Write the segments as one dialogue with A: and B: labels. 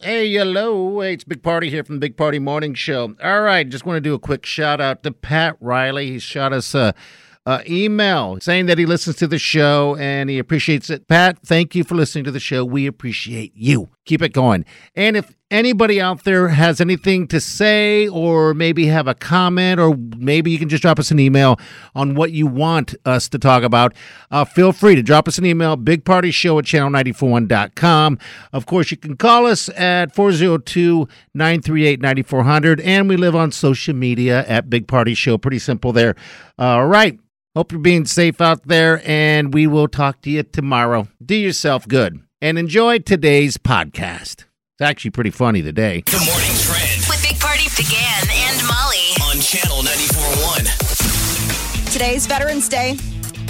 A: Hey, hello. Hey, it's Big Party here from the Big Party Morning Show. All right, just want to do a quick shout out to Pat Riley. He shot us a, a email saying that he listens to the show and he appreciates it. Pat, thank you for listening to the show. We appreciate you. Keep it going. And if anybody out there has anything to say or maybe have a comment or maybe you can just drop us an email on what you want us to talk about uh, feel free to drop us an email bigpartyshow at channel941.com of course you can call us at 402-938-9400 and we live on social media at big party show pretty simple there all right hope you're being safe out there and we will talk to you tomorrow do yourself good and enjoy today's podcast it's actually pretty funny today.
B: The morning trend
C: with Big Party began and Molly.
B: on channel 94.1.
D: Today's Veterans Day.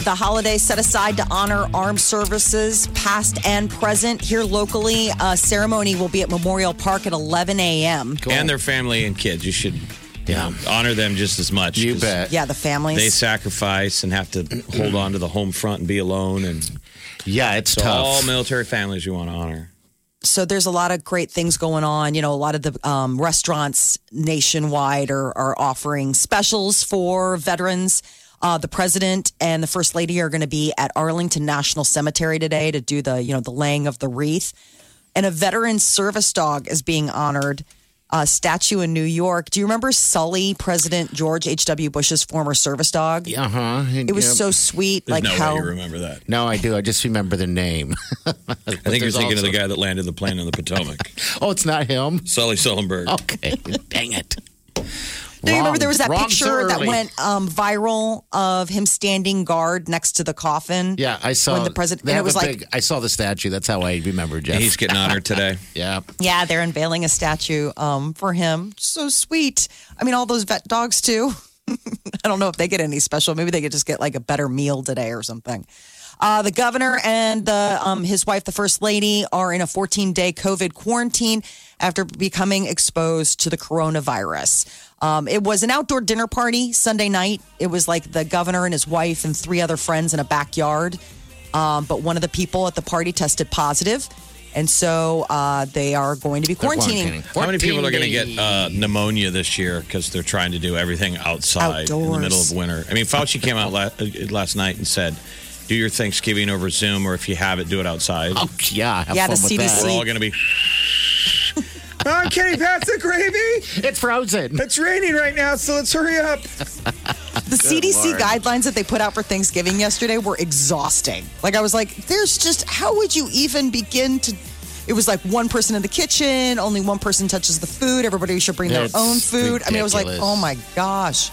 D: The holiday set aside to honor armed services, past and present. Here locally, a ceremony will be at Memorial Park at 11 a.m.
E: and their family and kids. You should yeah. honor them just as much.
A: You
E: 'cause
A: bet.
D: Yeah, the families.
E: They sacrifice and have to hold on to the home front and be alone. And
A: Yeah, it's
E: so
A: tough.
E: all military families you want to honor.
D: so there's a lot of great things going on. You know, a lot of the um, restaurants nationwide are, are offering specials for veterans. Uh, the president and the first lady are going to be at Arlington National Cemetery today to do the you know the laying of the wreath, and a veteran service dog is being honored. A statue in New York. Do you remember Sully, President George H. W. Bush's former service dog?
A: uh huh.
D: It was so sweet,
E: There's
D: like
E: no
D: how
E: way you remember that.
A: No, I do. I just remember the name.
E: I think you're thinking of the guy that landed the plane on the Potomac,
A: Oh, it's not him.
E: Sully Sullenberg.
A: Okay, dang it.
D: Do you remember there was that
A: Wrong
D: picture
A: so
D: that
A: early.
D: went um, viral of him standing guard next to the coffin?
A: Yeah, I saw
D: when the president
A: They
D: and it
A: have
D: was
A: a
D: like,
A: big- I saw the statue. That's how I remember Jeff.
E: And he's getting honored today.
A: yeah,
D: yeah, they're unveiling a statue um, for him. So sweet. I mean, all those vet dogs too. I don't know if they get any special. Maybe they could just get like a better meal today or something. Uh, the governor and the, um, his wife, the first lady, are in a 14 day COVID quarantine after becoming exposed to the coronavirus. Um, it was an outdoor dinner party Sunday night. It was like the governor and his wife and three other friends in a backyard. Um, but one of the people at the party tested positive, and so uh, they are going to be
A: they're
D: quarantining.
E: How many people are going to get
A: Uh,
E: uh, pneumonia this year because they're trying to do everything outside in the
D: Outdoors.
E: middle of winter? I mean, Fauci came out la- uh, last night and said, do your Thanksgiving over Zoom, or if you have it, do it outside.
A: oh, yeah, have
D: Yeah,
A: fun
D: the
A: with
E: We're
D: CDC.
E: all going to be.
F: Oh, can you pass the gravy?
A: that. It's frozen.
F: It's raining right now, so let's hurry up.
D: The CDC guidelines that they put out for Thanksgiving yesterday were exhausting. Like I was like, there's just how would you even begin to it was like one person in the kitchen, only one person touches the food, everybody should bring
A: That's
D: their own food. I mean, I was like, oh
A: ridiculous.
D: my gosh.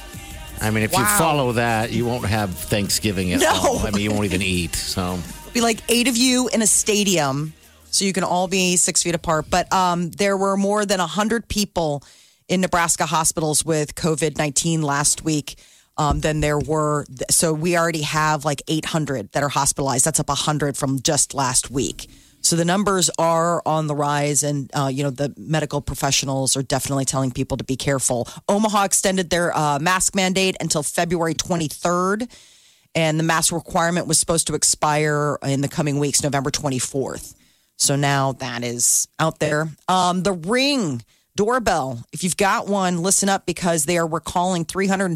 A: I mean, if you
D: Wow.
A: follow that, you won't have Thanksgiving at
D: No.
A: all. I mean, you won't even eat. So
D: be like eight of you in a stadium so you can all be six feet apart but um, there were more than 100 people in nebraska hospitals with covid-19 last week um, than there were so we already have like 800 that are hospitalized that's up 100 from just last week so the numbers are on the rise and uh, you know the medical professionals are definitely telling people to be careful omaha extended their uh, mask mandate until february 23rd and the mask requirement was supposed to expire in the coming weeks, November 24th. So now that is out there. Um, the Ring doorbell, if you've got one, listen up because they are recalling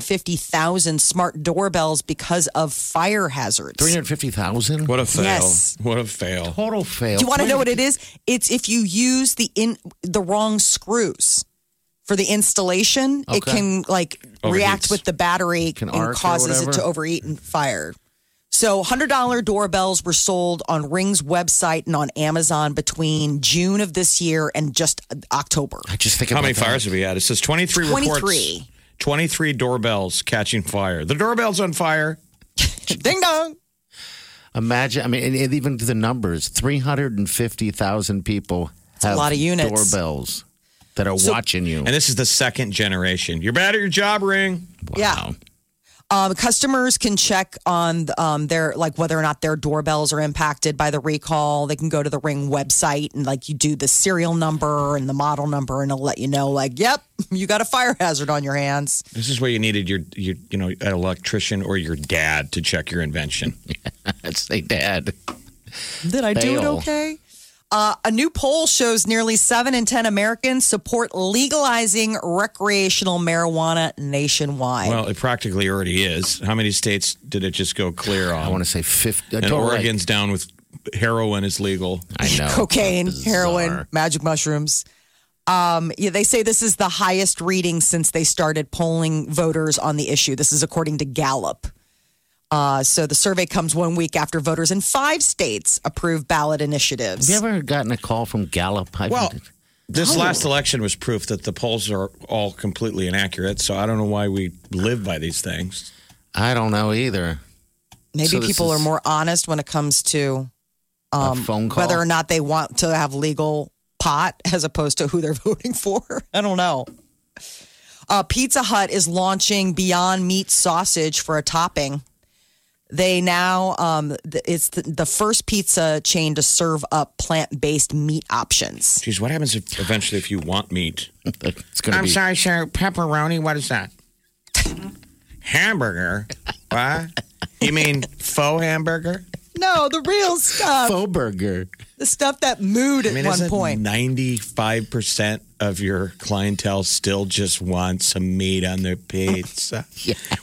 D: 350,000 smart doorbells because of fire hazards.
A: three hundred fifty thousand.
E: What a fail.
D: Yes.
E: What a fail.
A: total fail?
D: Do you want to know what it is? It's if you use the in the wrong screws for the installation, it
A: Okay.
D: can like react
E: Overheats.
D: with the battery
A: Can arc or
D: and causes it to overeat and fire. So $100 doorbells were sold on Ring's website and on Amazon between June of this year and just October.
A: I just think
E: How
A: about
E: many
A: that.
E: fires have we had? It says 23, reports.
D: 23.
E: 23 doorbells catching fire. The doorbell's on fire.
D: Ding dong.
A: Imagine, I mean, and, and even the numbers 350,000 people
D: a
A: have
D: lot of units.
A: doorbells. that are watching you.
E: And this is the second generation. You're bad at your job, ring.
D: Yeah. Um, customers can check on um, their like whether or not their doorbells are impacted by the recall. They can go to the Ring website and like you do the serial number and the model number, and it'll let you know like, yep, you got a fire hazard on your hands.
E: This is where you needed your, your you know, an electrician or your dad to check your invention.
A: I'd say dad.
D: Did I do it
A: Fail.
D: okay? Uh, a new poll shows nearly seven in ten Americans support legalizing recreational marijuana nationwide.
E: Well, it practically already is. How many states did it just go clear on?
A: I want to say uh, 50.
E: and Oregon's down with heroin is legal.
A: I know.
D: cocaine,
A: Bizarre.
D: heroin, magic mushrooms. Um, yeah, they say this is the highest reading since they started polling voters on the issue. This is according to Gallup. Uh, so the survey comes one week after voters in five states approve ballot initiatives.
A: Have you ever gotten a call from Gallup? I-
E: Well, this last election was proof that the polls are all completely inaccurate. So I don't know why we live by these things.
A: I don't know either.
D: Maybe
A: so this
D: people
A: is-
D: are more honest when it comes to
A: a phone call.
D: um, whether or not they want to have legal pot as opposed to who they're voting for. I don't know. Uh, Pizza Hut is launching Beyond Meat sausage for a topping. They now, um, th- it's the, the first pizza chain to serve up plant based meat options.
E: Geez, what happens if eventually if you want meat?
A: it's going to be.
E: sir. Pepperoni. What is that? hamburger. What? You mean faux hamburger?
D: No, the real stuff.
A: Faux burger.
D: The stuff that mooed at
E: I mean,
D: one
E: isn't
D: point.
E: ninety-five percent of your clientele still just wants some meat on their pizza?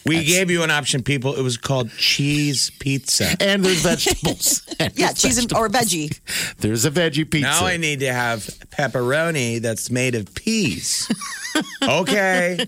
E: We gave you an option, people. It was called cheese pizza.
A: And there's vegetables. And
D: yeah, cheese and, or veggie.
A: There's a veggie pizza.
E: Now I need to have pepperoni that's made of peas. okay.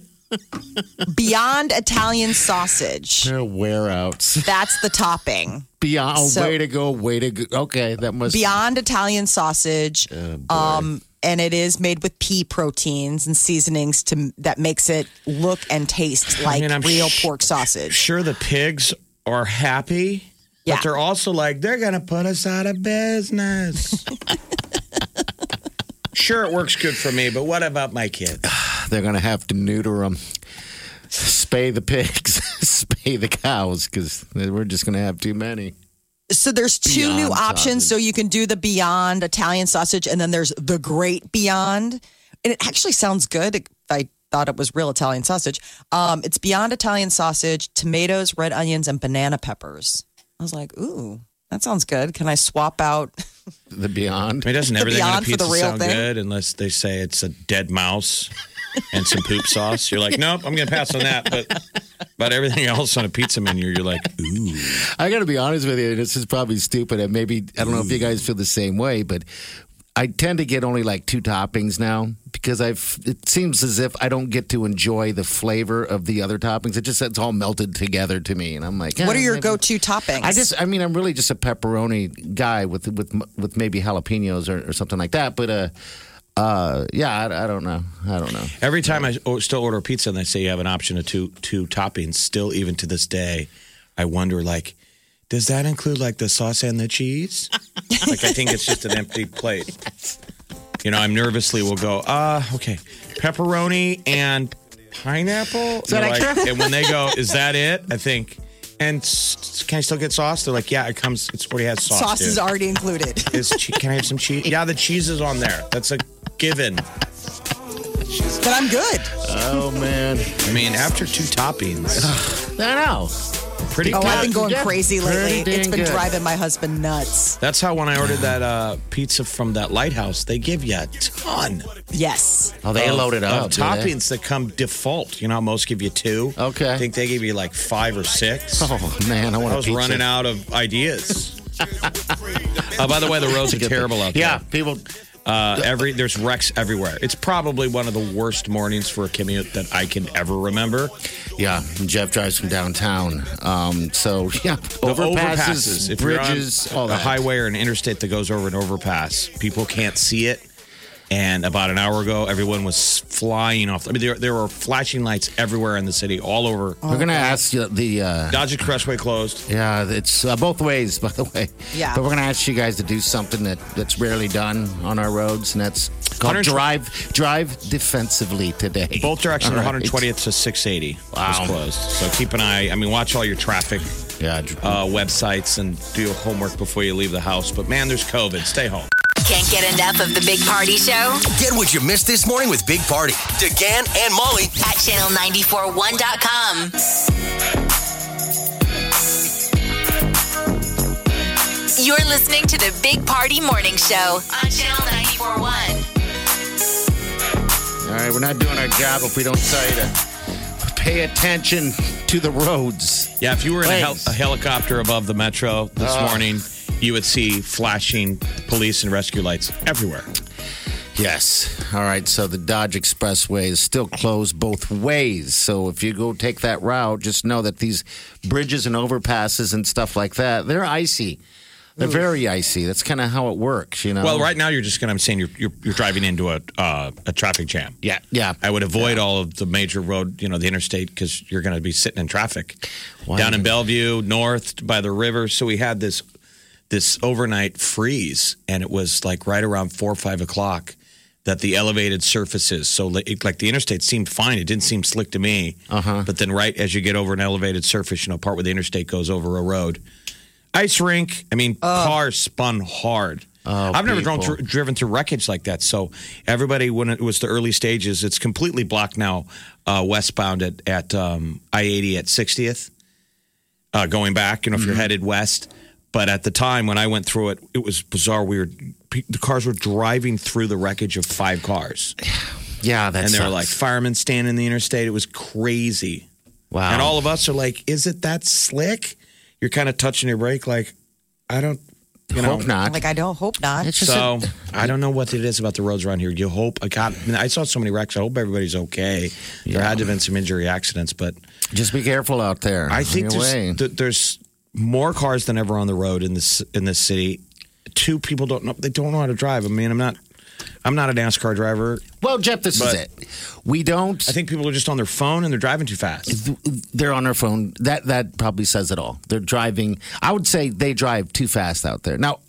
D: Beyond Italian sausage.
A: They're wear outs.
D: That's the topping.
A: Beyond, oh,
D: So-
A: way to go, way to go. Okay, that must
D: Beyond Italian sausage.
A: Oh,
D: um, and it is made with pea proteins and seasonings to that makes it look and taste
A: Oh,
D: like
E: mean, I'm
D: real
E: sh-
D: pork sausage.
E: Sure, the pigs are happy,
D: Yeah.
E: but they're also like, they're going to put us out of business. sure, it works good for me, but what about my kids?
A: they're going to have to neuter them. Spay the pigs, spay the cows, because we're just going to have too many.
D: So there's two new
A: Beyond
D: options. So you can do the Beyond Italian sausage, and then there's the Great Beyond, and it actually sounds good. If I thought it was real Italian sausage. Um, it's Beyond Italian sausage, tomatoes, red onions, and banana peppers. I was like, ooh, that sounds good. Can I swap out?
A: The Beyond.
E: I mean, doesn't
D: The
E: everything on a
D: Beyond for
E: pizza
D: the real
E: sound
D: thing?
E: good unless they say it's a dead mouse and some poop sauce? You're like, nope, I'm going to pass on that. But about everything else on a pizza menu, you're like, ooh.
A: I got to be honest with you. This is probably stupid, and maybe I don't know if you guys feel the same way, but I tend to get only like two toppings now because I've. It seems as if I don't get to enjoy the flavor of the other toppings. It just it's all melted together to me, and I'm like,
D: What
A: eh,
D: are your
A: maybe-
D: go-to toppings?
A: I just, I mean, I'm really just a pepperoni guy with with with maybe jalapenos or, or something like that. But uh, uh, yeah, I, I don't know, I don't know.
E: Every time I o- still order pizza and they say you have an option of two two toppings, still even to this day, I wonder like, does that include like the sauce and the cheese? like I think it's just an empty plate. You know, I'm nervously will go, uh, okay, pepperoni and pineapple.
A: that
E: You're like-
A: extra?
E: and when they go, is that it? I think. And s- can I still get sauce? They're like, yeah, it comes. It's already has sauce.
D: sauce is
E: dude.
D: already included.
E: Is che- can I have some cheese? Yeah, the cheese is on there. That's a given.
D: But I'm good.
A: Oh man,
E: I mean, after two toppings,
A: I know.
E: pretty.
D: Oh,
E: good.
D: I've been going
A: Yeah,
D: crazy lately.
A: pretty
D: It's
A: dang
D: been
A: good.
D: driving my husband nuts.
E: That's how when I ordered that uh, pizza from that lighthouse, they give you a ton
D: Yes.
A: Oh, they
E: of,
A: loaded up
E: of
A: do they?
E: toppings that come default. You know, how most give you two.
A: Okay.
E: I think they give you like five or six.
A: Oh man, I want
E: I was
A: to
E: running out of ideas. oh, by the way, the roads are terrible out
A: Yeah,
E: there.
A: people.
E: Uh, every there's wrecks everywhere. It's probably one of the worst mornings for a commute that I can ever remember.
A: Yeah, Jeff drives from downtown. Um, so yeah,
E: The
A: overpasses,
E: if you're on
A: bridges, all
E: a
A: that.
E: highway or an interstate that goes over an overpass. People can't see it. And about an hour ago, everyone was flying off. I mean, there, there were flashing lights everywhere in the city, all over.
A: We're gonna ask you the. Uh,
E: Dodge Expressway closed.
A: yeah, it's uh, both ways, by the way.
D: Yeah.
A: But we're going to ask you guys to do something that, that's rarely done on our roads, and that's called
E: 120
A: Drive Drive Defensively today.
E: Both directions,
A: All right.
E: 120th to 680
A: Wow.
E: is closed. So keep an eye. I mean, watch all your traffic
A: Yeah, dr-
E: uh, websites and do your homework before you leave the house. But man, there's COVID. Stay home.
G: Can't get enough of the Big Party Show
B: Get what you missed this morning with Big Party. DeGan and Molly
G: at channel941.com. You're listening to the Big Party Morning Show on channel 941.
A: all right, we're not doing our job if we don't tell you to pay attention to the roads.
E: Yeah, if you were in a, hel-
A: Please.
E: a helicopter above the metro this morning, you would see flashing police and rescue lights everywhere.
A: Yes. All right, so the Dodge Expressway is still closed both ways. So if you go take that route, just know that these bridges and overpasses and stuff like that, they're icy. They're very icy. That's kind of how it works, you know.
E: Well, right now you're just going to. I'm saying you're, you're you're driving into a uh, a traffic jam.
A: Yeah, yeah.
E: I would avoid all of the major road, you know, the interstate, because you're going to be sitting in traffic
A: Why?
E: down in Bellevue, north by the river. So we had this this overnight freeze, and it was like right around four or five o'clock that the elevated surfaces. So li- it, like the interstate seemed fine; it didn't seem slick to me. Uh-huh. But then, right as you get over an elevated surface, you know, part where the interstate goes over a road, ice rink. I mean, cars spun hard. I've never driven
A: people.
E: through, driven through wreckage like that. So everybody, when it was the early stages, it's completely blocked now, uh, westbound at at um, I eighty at sixtieth, uh, going back. You know, if you're headed west. But at the time when I went through it, it was bizarre. We were pe- the cars were driving through the wreckage of five cars,
A: Yeah, that's
E: and they were like firemen standing in the interstate. It was crazy.
A: wow.
E: And all of us are like, is it that slick? You're kind of touching your brake, like, I don't, you know.
A: hope not.
D: Like I don't hope not.
A: It's just
E: So
A: a-
E: I don't know what it is about the roads around here. You hope I got. I, mean, I saw so many wrecks. I hope everybody's okay. There had to have been some injury accidents, but
A: just be careful out there.
E: I think
A: On your way.
E: there's, th- there's more cars than ever on the road in this in this city. Two people don't know. They don't know how to drive. I mean, I'm not. I'm not a NASCAR driver.
A: Well, Jeff, this is
E: But-
A: it. We don't.
E: I think people are just on their phone and they're driving too fast.
A: they're on their phone. That that probably says it all. They're driving. I would say they drive too fast out there. Now,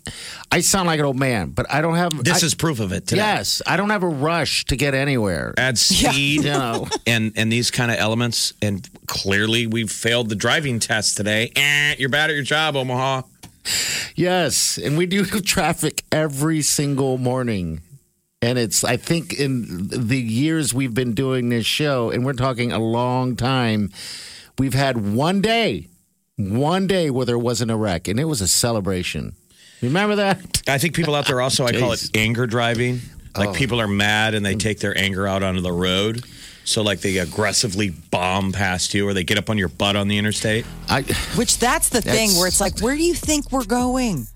A: I sound like an old man, but I don't have.
E: This
A: I-
E: is proof of it. Today.
A: yes. I don't have a rush to get anywhere.
E: Add speed.
A: You know.
E: and and these kind of elements. And clearly, we've failed the driving test today. Eh, you're bad at your job, Omaha.
A: yes, and we do traffic every single morning. And it's, I think, in the years we've been doing this show, and we're talking a long time, we've had one day, one day where there wasn't a wreck, and it was a celebration. Remember that?
E: I think people out there also. I call it anger driving. Like people are mad and they take their anger out onto the road. So like they aggressively bomb past you, or they get up on your butt on the interstate.
A: I,
D: Which that's the thing
A: That's-
D: where it's like, where do you think we're going?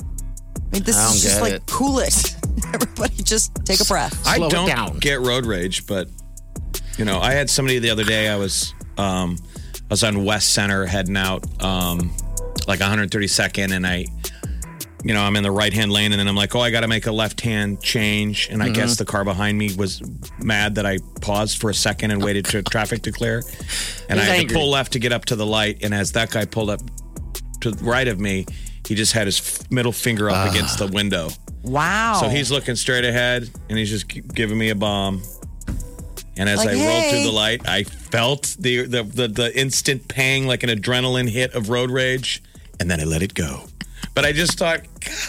D: I mean, this
A: I
D: is
A: don't
D: just
A: get
D: like
A: it.
D: cool it. Everybody just take a breath.
E: I
A: Slow it
E: don't
A: down.
E: get road rage, but you know, I had somebody the other day. I was um, I was on West Center heading out um, like 132nd, and I, you know, I'm in the right hand lane, and then I'm like, oh, I got to make a left hand change, and
A: Mm-hmm.
E: I guess the car behind me was mad that I paused for a second and waited for traffic to clear, and I
A: He's
E: had to
A: angry.
E: pull left to get up to the light, and as that guy pulled up to the right of me. He just had his f- middle finger up against the window.
D: Wow.
A: Oh.
E: So he's looking straight ahead and he's just g- giving me a bomb. And as
D: Like,
E: I rolled
D: hey.
E: through the light, I felt the, the the the instant pang like an adrenaline hit of road rage, and then I let it go. But I just thought,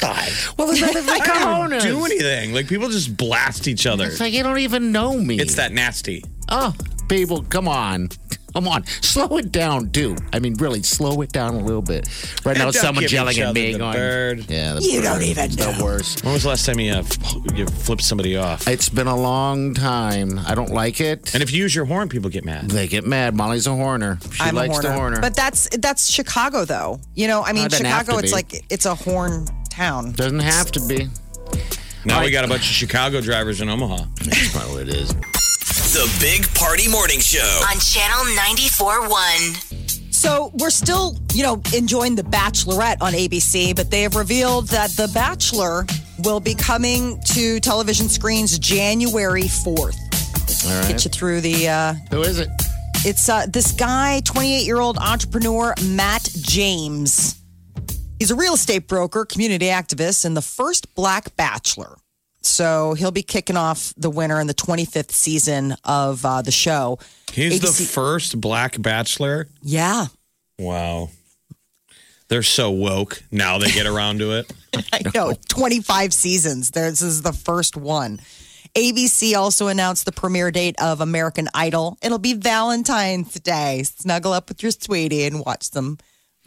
E: God,
A: Well, it's not like
E: I don't do anything. Like people just blast each other.
A: It's like you don't even know me.
E: It's that nasty.
A: Oh, people, come on. Come on. Slow it down, dude. I mean, really, slow it down a little bit. Right now,
E: And don't
A: someone's
E: give
A: yelling
E: each
A: at
E: other
A: me.
E: the
A: going,
E: bird.
A: Yeah, the
D: You
A: bird.
D: don't even
A: It's the worst.
E: When was the last time you uh, f- you flipped somebody off?
A: It's been a long time. I don't like it.
E: and if you use your horn, people get mad.
A: they get mad. Molly's a horner. She
D: I'm
A: likes
D: a horner.
A: the horner.
D: But that's that's Chicago though. You know, I mean
A: It doesn't have
D: Chicago
A: to
D: it's
A: be.
D: like it's a horn town.
A: Doesn't have to be.
E: Now we got a bunch of Chicago drivers in Omaha.
A: That's probably what it is.
B: The Big Party Morning Show.
G: On channel 941.
D: So we're still, you know, enjoying The Bachelorette on ABC, but they have revealed that The Bachelor will be coming to television screens January 4th.
A: All
D: Get
A: right.
D: you through the uh
A: Who is it?
D: It's uh, this guy, 28 year old entrepreneur Matt James. He's a real estate broker, community activist, and the first black bachelor. So he'll be kicking off the winner in the 25th season of uh, the show.
E: He's the
D: ABC
E: first black bachelor.
D: yeah.
E: Wow. They're so woke. Now they get around to it.
D: I know, 25 seasons. There- This is the first one. ABC also announced the premiere date of American Idol. It'll be Valentine's Day. Snuggle up with your sweetie and watch some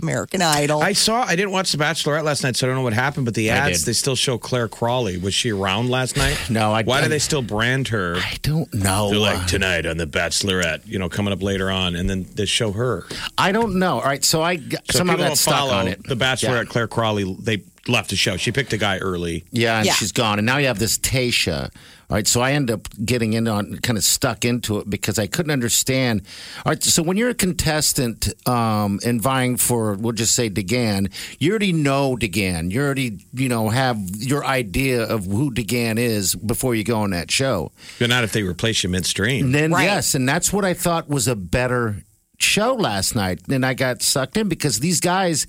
D: American Idol.
E: I saw, I didn't watch The Bachelorette last night, so I don't know what happened, but the ads,
A: did.
E: they still show Claire Crawley. Was she around last night?
A: No, I-
E: Why
A: I-
E: do they still brand her?
A: I don't know.
E: They're like, tonight on The Bachelorette, you know, coming up later on, and then they show her.
A: I don't know. All right, so I g-
E: So
A: somehow
E: people
A: got
E: don't
A: stuck
E: follow
A: on it.
E: The Bachelorette, Claire Crawley, they left the show. She picked a guy early.
A: Yeah, and
D: Yeah.
A: she's gone. And now you have this Tasha. All right, so I end up getting in on kind of stuck into it because I couldn't understand. All right, so when you're a contestant um, and vying for, we'll just say DeGan, you already know DeGan. You already, you know, have your idea of who DeGan is before you go on that show.
E: But not if they replace you midstream.
A: And then
D: Right.
A: yes, and that's what I thought was a better show last night. And I got sucked in because these guys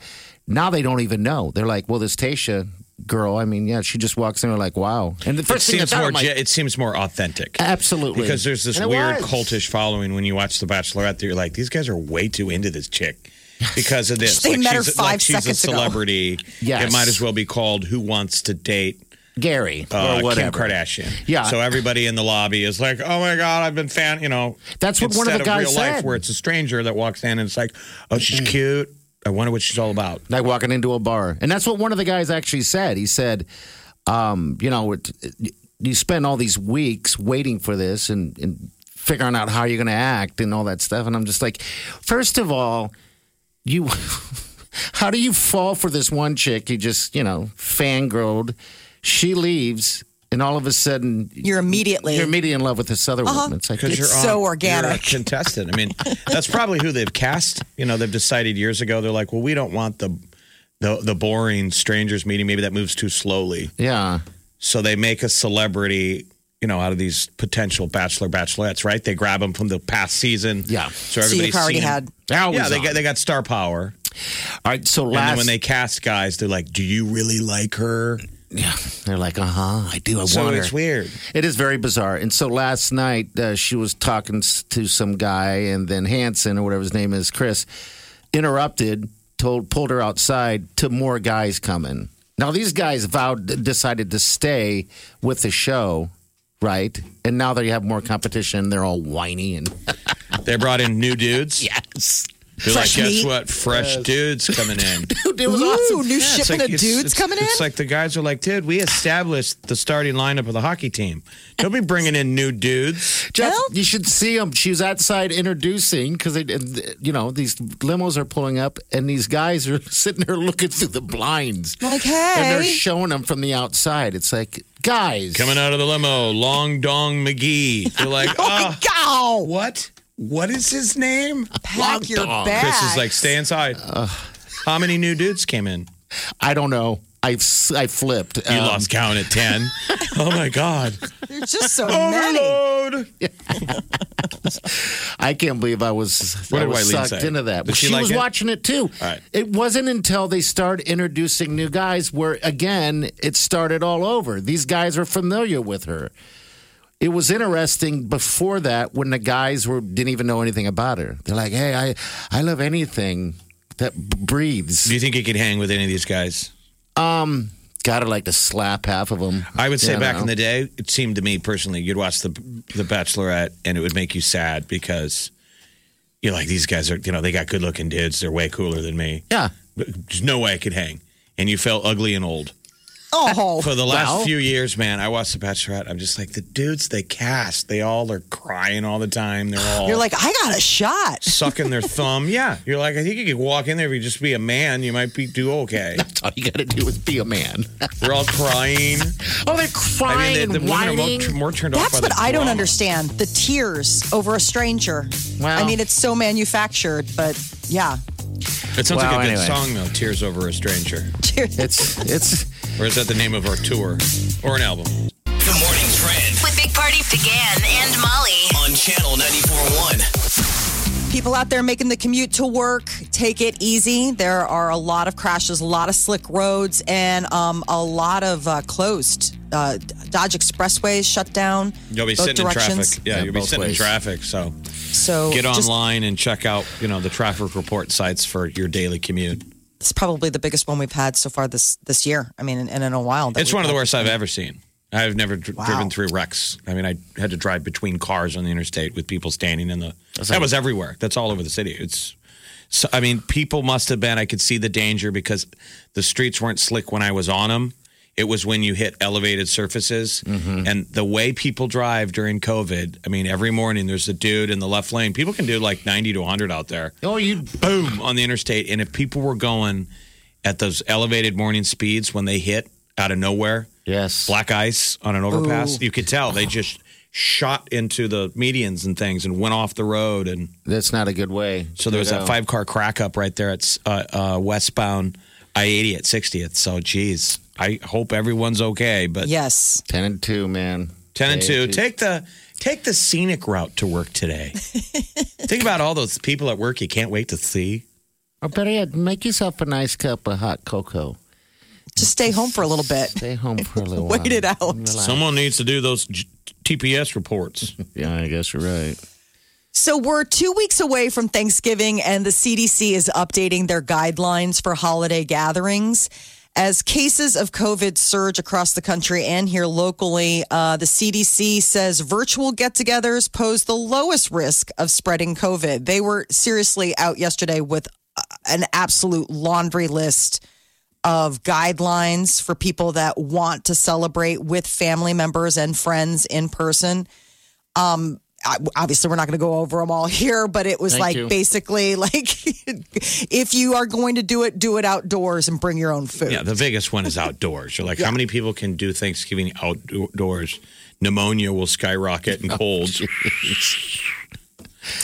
A: now they don't even know. They're like, well, this Tasha girl. I mean, yeah, she just walks in. They're like, wow. And the
E: It
A: first thing I
E: seems,
A: thought,
E: more,
A: I'm like,
E: ge- it seems more authentic.
A: absolutely,
E: Because there's this
A: And it
E: weird
A: was.
E: cultish following when you watch The Bachelorette that you're like, these guys are way too into this chick because of this.
D: They
E: like
D: met her
E: she's,
D: five
E: like she's a
D: seconds ago.
E: celebrity.
A: Yes.
E: It might as well be called Who Wants to Date
A: Gary
E: uh,
A: or whatever.
E: Kim Kardashian.
A: Yeah.
E: So everybody in the lobby is like, oh my God, I've been fan, you know.
A: That's what one of
E: instead
A: the guys
E: real life
A: said. Mm.
E: where it's a stranger that walks in and it's like, oh, she's cute. I wonder what she's all about.
A: like walking into a bar. And that's what one of the guys actually said. He said, um, you know, it, you spend all these weeks waiting for this and, and figuring out how you're going to act and all that stuff. And I'm just like, first of all, you, how do you fall for this one chick you just, you know, fangirled? She leaves, and all of a sudden,
D: You're immediately.
A: you're immediately in love with this other
E: Uh-huh.
A: woman. It's like,
E: Because
D: It's
E: you're
D: so
E: on-
D: organic.
E: you're a contestant. I mean, that's probably who they've cast. You know, they've decided years ago. They're like, well, we don't want the the the boring strangers meeting. Maybe that moves too slowly.
A: yeah.
E: So they make a celebrity. You know, out of these potential bachelor bachelorettes, right? They grab them from the past season.
A: Yeah. Oh,
E: So
D: So
E: everybody's
D: you've already
E: seen 'em.
D: had.
E: Yeah, they
A: on.
E: got they got star power.
A: All right, so
E: And
A: last
E: then when they cast guys, they're like, "Do you really like her?"
A: yeah, they're like, uh huh, I do, I
E: So
A: want her.
E: it's weird.
A: It is very bizarre. And so last night uh, she was talking s- to some guy, and then Hanson or whatever his name is, Chris, interrupted, told, pulled her outside to more guys coming. Now these guys vowed, decided to stay with the show, right? And now they have more competition. They're all whiny and
E: They brought in new dudes.
A: yes,
E: They're
D: Fresh
E: like, guess
D: meat."
E: what? Fresh dudes coming in.
A: it was
D: Ooh,
A: awesome.
E: Yeah,
D: new
E: it's
D: shipment
E: like-
D: of
E: it's-
D: dudes
E: it's-
D: coming in?
E: It's like the guys are like, dude, we established the starting lineup of the hockey team. Don't be bringing in new dudes.
A: Jeff,
D: Well-
A: you should see them. She was outside introducing because you know these limos are pulling up, and these guys are sitting there looking through the blinds.
D: like,
A: and they're
D: hey.
A: showing them from the outside. It's like, guys,
E: Coming out of the limo, Long Dong McGee. They're like, oh,
D: Go!
E: what? What is his name?
D: Pack your
A: dog.
D: bag.
E: Chris is like, stay inside. How many new dudes came in?
A: I don't know. I I flipped.
E: You
A: Um,
E: lost count at 10. oh my God.
D: There's just so
E: "Oh,
D: many.
E: Overload.
A: I can't believe I was,
E: What
A: I
E: did
A: was
E: Wileen
A: sucked
E: say?
A: into that.
E: Did
A: she
E: she like
A: was
E: it?
A: watching it too.
E: All right.
A: It wasn't until they start introducing new guys where again it started all over. These guys are familiar with her. It was interesting before that when the guys were didn't even know anything about her. They're like, "Hey, I I love anything that b- breathes."
E: Do you think you could hang with any of these guys?
A: Um, gotta like to slap half of them.
E: I would say
A: Yeah, I
E: back
A: know.
E: in the day, it seemed to me personally, you'd watch the the Bachelorette, and it would make you sad because you're like, these guys are, you know, they got good looking dudes. They're way cooler than me.
A: Yeah.
E: There's no way I could hang. And you felt ugly and old.
D: Oh,
E: For the last
A: Well-
E: few years, man, I watched The Bachelorette. I'm just like, the dudes they cast, they all are crying all the time. They're all
D: you're like, I got a shot.
E: sucking their thumb. Yeah. You're like, I think you could walk in there if you just be a man, you might be do okay.
A: That's all you got to do is be a man.
E: They're all crying.
A: oh, they're
E: I
A: crying
E: mean, the, the women
A: and
E: are
A: whining.
E: more, more turned
D: That's
E: off by
D: what
E: the
D: I don't
E: drama.
D: understand. The tears over a stranger.
A: Well.
D: I mean, it's so manufactured, but yeah.
E: It sounds
A: Well,
E: like a good
A: anyway.
E: song though, Tears Over a Stranger.
A: It's it's
E: Or is that the name of our tour or an album?
B: Good morning, trend
G: With Big Party began and Molly.
B: on channel 941.
D: People out there making the commute to work, take it easy. There are a lot of crashes, a lot of slick roads, and um, a lot of uh, closed uh, Dodge Expressway is shut down.
E: You'll be
D: both
E: sitting in
D: directions.
E: traffic. Yeah,
H: Yeah,
E: you'll be
H: both
E: sitting in
H: ways.
E: traffic. So
D: So
E: get
D: just-
E: online and check out, you know, the traffic report sites for your daily commute.
D: it's probably the biggest one we've had so far this this year. I mean, and, and in a while. that
E: It's
D: we've
E: one of the
D: had-
E: worst I've ever seen. I've never dr-
D: Wow.
E: driven through wrecks. I mean, I had to drive between cars on the interstate with people standing in the. that was everywhere. That's all over the city. It's. So, I mean, people must have been. I could see the danger because the streets weren't slick when I was on them. It was when you hit elevated surfaces and the way people drive during COVID. I mean, every morning there's a dude in the left lane. People can do like 90 to 100 out there
H: Oh, you
E: boom on the interstate. And if people were going at those elevated morning speeds when they hit out of nowhere,
H: yes.
E: black ice on an overpass, you could tell they just shot into the medians and things and went off the road. And
H: That's not a good way.
E: so there was
H: You
E: that
H: know.
E: five car crack up right there at uh, uh, westbound I 80 at 60th. So, geez, I hope everyone's okay. But
D: Yes.
H: ten and two, man.
E: 10 and 2,
H: Hey,
E: take the. Take the scenic route to work today. Think about all those people at work you can't wait to see.
H: Or better yet, Oh, make yourself a nice cup of hot cocoa.
D: Just stay home for a little bit.
H: Stay home for a little while.
D: Wait it out.
E: Someone needs to do those G- TPS reports.
H: Yeah, I guess you're right.
D: So we're two weeks away from Thanksgiving, and the CDC is updating their guidelines for holiday gatherings. As cases of COVID surge across the country and here locally, uh, the CDC says virtual get togethers pose the lowest risk of spreading COVID. They were seriously out yesterday with uh, an absolute laundry list of guidelines for people that want to celebrate with family members and friends in person. Um, I- obviously we're not going to go over them all here but it was
H: Thank
D: like
H: you.
D: basically like if you are going to do it do it outdoors and bring your own food
E: Yeah, the biggest one is outdoors. You're like, how many people can do Thanksgiving outdoors? Pneumonia will skyrocket and colds.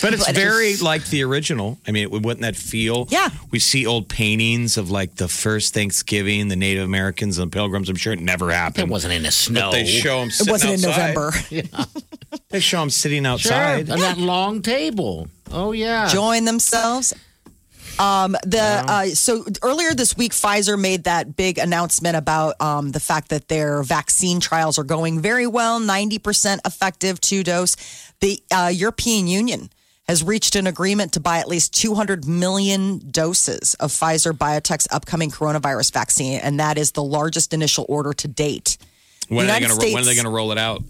E: but it's
D: But
E: very like the original. I mean, wouldn't that feel?
D: Yeah.
E: We see old paintings of like the first Thanksgiving, the Native Americans and pilgrims. I'm sure it never happened.
H: It wasn't in the snow.
E: They show them
D: it
E: sitting
D: wasn't in
E: outside.
D: november
E: They show them sitting
H: Sure,
E: outside.
H: on that long table. Oh yeah.
D: join themselves um the uh, so earlier this week pfizer made that big announcement about um the fact that their vaccine trials are going very well 90% effective two dose the uh, european union has reached an agreement to buy at least 200 million doses of pfizer biotech's upcoming coronavirus vaccine and that is the largest initial order to date
E: When are, they
D: United
E: gonna, ro- when are they
D: States-
E: going to roll it out?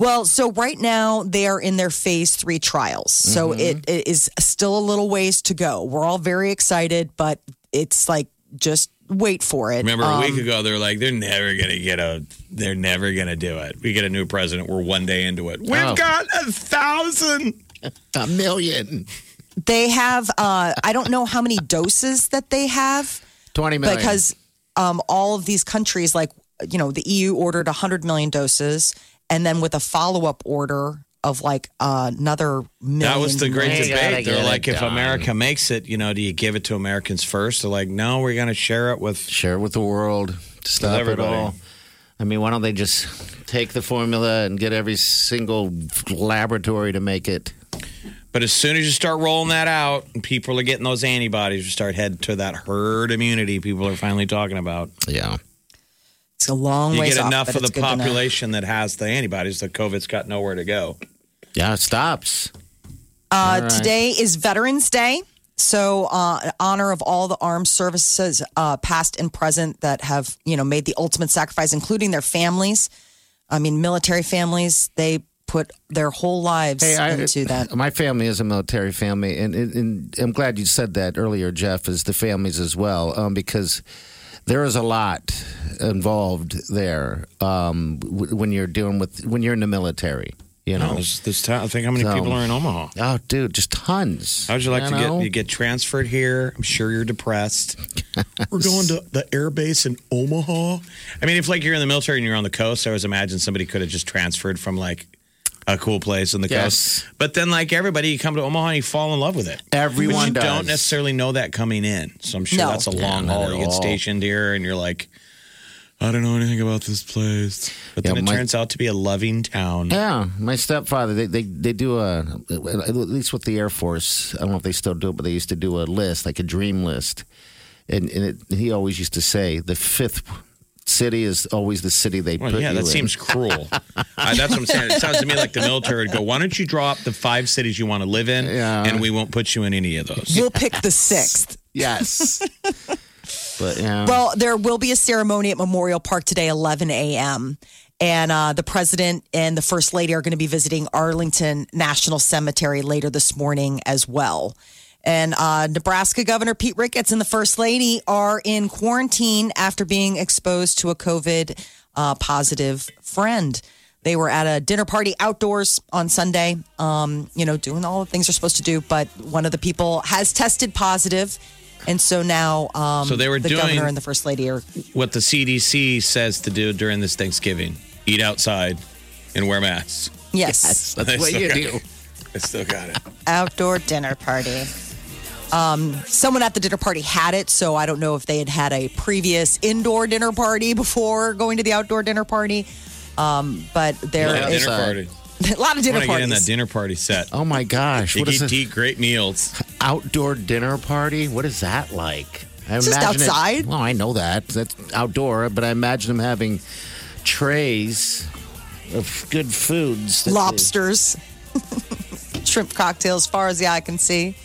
D: well, so right now they are in their phase three trials. So
E: Mm-hmm.
D: it, it is still a little ways to go. We're all very excited, but it's like just wait for it. Uh,
E: Remember a week ago, they're like, they're never gonna get a, they're never gonna do it. We get a new president, we're one day into it. We've
H: Oh.
E: got a thousand.
H: A million.
D: They have, uh, I don't know how many doses that they have
H: Twenty million.
D: because um, all of these countries, like, you know, the EU ordered 100 million doses and then with a follow up order of like uh, another million.
E: That was the great
H: They gotta
E: debate. They're
H: get
E: like,
H: it
E: if
H: done.
E: America makes it, you know, do you give it to Americans first? They're like, no, we're gonna share it with.
H: share with the world. Stop it
E: everybody.
H: all. I mean, why don't they just take the formula and get every single laboratory to make it?
E: But as soon as you start rolling that out, and people are getting those antibodies, you start heading to that herd immunity. People are finally talking about.
H: Yeah.
D: It's a long
E: You
D: ways
E: get
D: off,
E: enough
D: but
E: of
D: it's
E: the
D: good to know.
E: population that has the antibodies, the COVID's got nowhere to go.
H: Yeah, it stops.
D: Uh,
H: All right.
D: Today is Veterans Day. So, uh, in honor of all the armed services, uh, past and present, that have you know made the ultimate sacrifice, including their families. I mean, military families. They put their whole lives into that.
H: My family is a military family, and, and, and I'm glad you said that earlier, Jeff, is the families as well, um, because there is a lot involved there um, w- when you're dealing with when you're in the military. You know,
E: This, this town, I think how many
H: So-
E: people are in Omaha?
H: oh, dude, just tons.
E: How'd you like to
H: know?
E: get you get transferred here? I'm sure you're depressed. We're going to the air base in Omaha. I mean, if like you're in the military and you're on the coast, I always imagine somebody could have just transferred from like a cool place on the
H: Yes.
E: coast. But then like everybody, you come to Omaha and you fall in love with it.
H: Everyone
E: but you
H: does.
E: don't necessarily know that coming in. So I'm sure
D: No.
E: that's a
H: Yeah,
E: long
H: not
E: haul.
H: at
E: You get
H: all.
E: stationed here and you're like, I don't know anything about this place. But
H: Yeah,
E: then it
H: my-
E: turns out to be a loving town.
H: Yeah, my stepfather they, they they do a at least with the Air Force. I don't know if they still do it, but they used to do a list like a dream list, and and it, he always used to say the fifth
A: city is always the city they
E: Well,
A: put
E: yeah,
A: you
E: that
A: in.
E: seems cruel. uh, that's what I'm saying. It sounds to me like the military would go, why don't you draw up the five cities you want to live in,
A: Yeah.
E: and we won't put you in any of those.
D: We'll pick the sixth.
A: yes. but yeah.
D: Well, there will be a ceremony at Memorial Park today, 11 a.m. And uh, the president and the first lady are going to be visiting Arlington National Cemetery later this morning as well. And uh, Nebraska Governor Pete Ricketts and the first lady are in quarantine after being exposed to a COVID uh, positive friend. They were at a dinner party outdoors on Sunday, um, you know, doing all the things they're supposed to do. But one of the people has tested positive, and so now um,
E: So they were
D: the
E: doing-
D: governor and the first lady are
E: What the CDC says to do during this Thanksgiving eat outside and wear masks.
D: yes,
E: That's
H: what you do.
E: I still got it.
D: outdoor dinner party. Um, someone at the dinner party had it, so I don't know if they had had a previous indoor dinner party before going to the outdoor dinner party. Um, but there
E: Yeah,
D: is
E: dinner party.
D: a lot
E: I
D: of dinner
E: want to get in that
D: parties.
E: dinner party set.
A: Oh my gosh!
E: You
A: What is
E: get to
A: this
E: eat great meals.
A: outdoor dinner party? What is that like? I
D: It's just
A: imagine it-
D: outside.
A: well, I know that that's outdoor, but I imagine them having trays of good foods. that they-
D: lobsters, shrimp cocktails, far as the eye can see.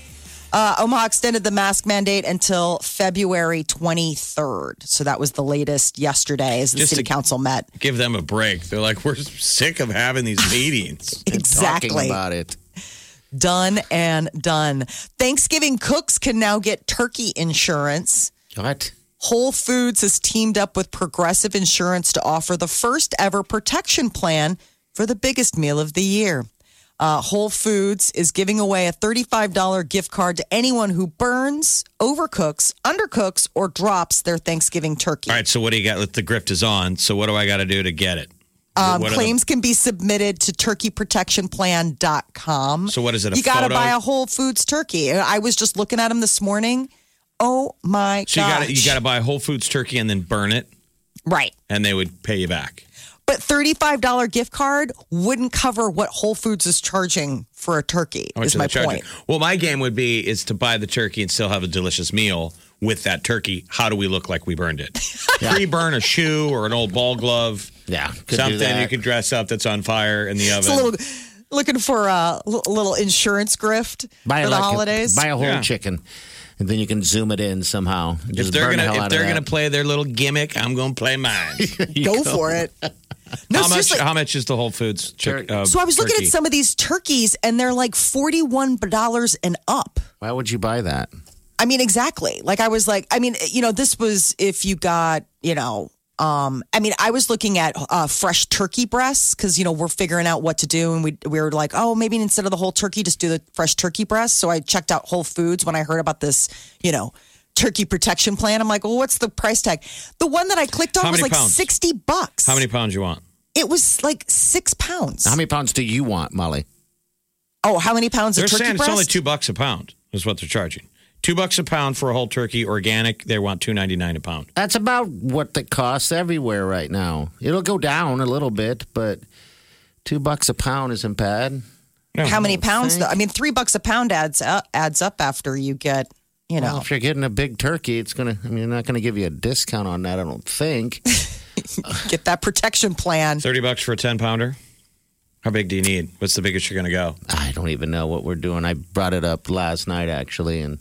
D: Uh, Omaha extended the mask mandate until February 23rd. So that was the latest yesterday as the
E: Just
D: city
E: to-
D: council met.
E: Give them a break. They're like, we're sick of having these meetings.
A: talking
D: Exactly.
A: about it.
D: Done and done. Thanksgiving cooks can now get turkey insurance.
A: What?
D: Whole Foods has teamed up with Progressive Insurance to offer the first ever protection plan for the biggest meal of the year. Uh, Whole Foods is giving away a $35 gift card to anyone who burns, overcooks, undercooks, or drops their Thanksgiving turkey.
E: All right, so what do you got? The grift is on. So what do I got to do to get it?
D: um,
E: What are the-
D: claims can be submitted to turkeyprotectionplan.com.
E: So what is it, a
D: you got to
E: photo?
D: buy a Whole Foods turkey. I was just looking at them this morning. Oh my
E: so you
D: gosh.
E: got you got to buy Whole Foods turkey and then burn it,
D: right.
E: and they would pay you back.
D: But $35 gift card wouldn't cover what Whole Foods is charging for a turkey,
E: How much
D: is
E: are Oh, they
D: my
E: charging?
D: point.
E: Well, my game would be is to buy the turkey and still have a delicious meal with that turkey. How do we look like we burned it? Pre-burn a shoe or an old ball glove.
A: Yeah, could do
E: something
A: that.
E: you could dress up that's on fire in the
D: It's
E: oven.
D: a little looking for a l- little insurance grift
A: Buy
D: for the
A: like a-
D: holidays.
A: buy a whole
E: Yeah.
A: chicken, and then you can zoom it in somehow.
E: if
A: Just
E: they're
A: burn
E: gonna
A: the hell
E: if
A: out
E: they're
A: of
E: gonna
A: that.
E: play their little gimmick, I'm gonna play mine.
D: Go for it.
E: how
D: No,
E: much?
D: seriously.
E: How much is the Whole Foods? Chick, uh,
D: so I was looking
E: turkey?
D: at some of these turkeys and they're like $41 and up.
A: why would you buy that?
D: I mean, exactly. Like I was like, I mean, you know, this was if you got, you know, um, I mean, I was looking at uh, fresh turkey breasts because you know we're figuring out what to do, and we we were like, oh, maybe instead of the whole turkey, just do the fresh turkey breasts. So I checked out Whole Foods when I heard about this, you know, turkey protection plan. I'm like, well, what's the price tag? The one that I clicked on
E: How
D: was
E: many
D: like
E: pounds?
D: sixty bucks.
E: How many pounds you want?
D: It was like six pounds.
A: How many pounds do you want, Molly?
D: oh, how many pounds
E: They're
D: of turkey
E: saying it's
D: breast?
E: only two bucks a pound is what they're charging. Two bucks a pound for a whole turkey, organic. They want two ninety nine a pound.
A: That's about what the costs everywhere right now. It'll go down a little bit, but two bucks a pound isn't bad.
D: how
E: Oh,
D: many pounds? Though? I mean, three bucks a pound adds up, adds up after you get. You know,
A: Well, if you're getting a big turkey, it's gonna. I mean, they're not gonna give you a discount on that. I don't think.
D: get that protection plan.
E: Thirty bucks for a ten pounder. How big do you need? What's the biggest you're gonna go?
A: I don't even know what we're doing. I brought it up last night actually, and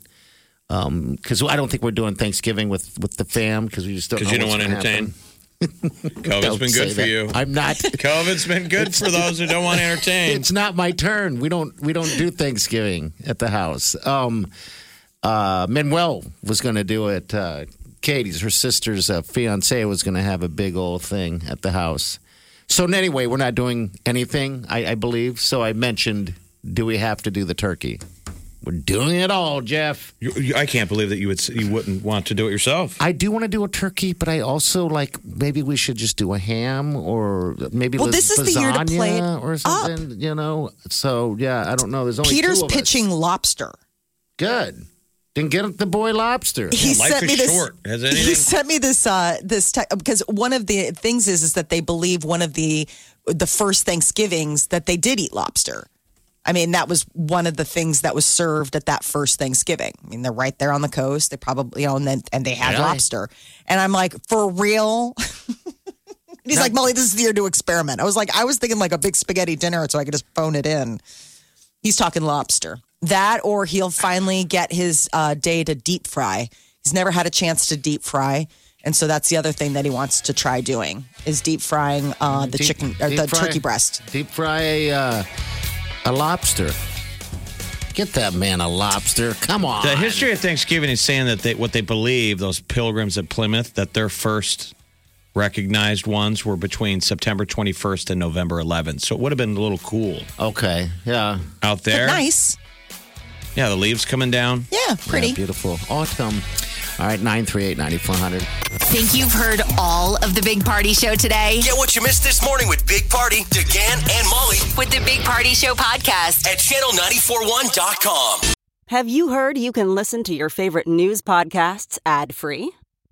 A: because I don't think we're doing Thanksgiving with with the fam because we just don't.
E: Because you don't want to
A: what's gonna
E: entertain.
A: happen.
E: COVID's
A: Don't
E: been
A: say
E: good for
A: that.
E: you.
A: I'm not.
E: COVID's been good for those who don't want to entertain.
A: it's not my turn. We don't we don't do Thanksgiving at the house. Um, uh, Manuel was going to do it. Uh, Katie's her sister's uh, fiance was going to have a big old thing at the house. So anyway, we're not doing anything, I, I believe. So I mentioned, do we have to do the turkey? We're doing it all, Jeff.
E: You- you- I can't believe that you would s- you wouldn't want to do it yourself.
A: I do want to do a turkey, but I also like maybe we should just do a ham or maybe
D: Well,
A: lasagna
D: this is the year to play it
A: or
D: up.
A: something. You know, so yeah, I don't know. There's only
D: Peter's
A: two of us.
D: pitching lobster.
A: Good. Then get the boy lobster.
D: He
E: life
D: sent
E: is
D: me this.
E: short. Has
D: He
E: anything?
D: sent me this. Uh, this te- because one of the things is is that they believe one of the the first Thanksgivings that they did eat lobster. I mean, that was one of the things that was served at that first Thanksgiving. I mean, they're right there on the coast. They probably, you know, and then and they had lobster. And I'm like, for real? And He's like, Molly, this is the year to experiment. I was like, I was thinking like a big spaghetti dinner so I could just phone it in. He's talking lobster. That or he'll finally get his uh, day to deep fry. He's never had a chance to deep fry. And so that's the other thing that he wants to try doing is deep frying uh, the
A: Mm, Deep-
D: chicken or
A: deep
D: the
A: fry-
D: turkey breast.
A: Deep fry a, uh, a lobster. Get that man a lobster. Come on.
E: The history of Thanksgiving is saying that they, what they believe, those pilgrims at Plymouth, that their first recognized ones were between September 21st and November 11th. So it would have been a little cool
A: Okay. Yeah.
E: out there.
D: Nice.
E: Yeah, the leaves coming down.
D: Yeah, pretty.
A: Yeah, beautiful. Autumn. All right, 938 9400.
G: Think you've heard all of the Big Party Show today?
B: Get what you missed this morning with Big Party, DeGan and Molly
G: With the Big Party Show podcast.
B: at channel941.com.
I: Have you heard you can listen to your favorite news podcasts ad free?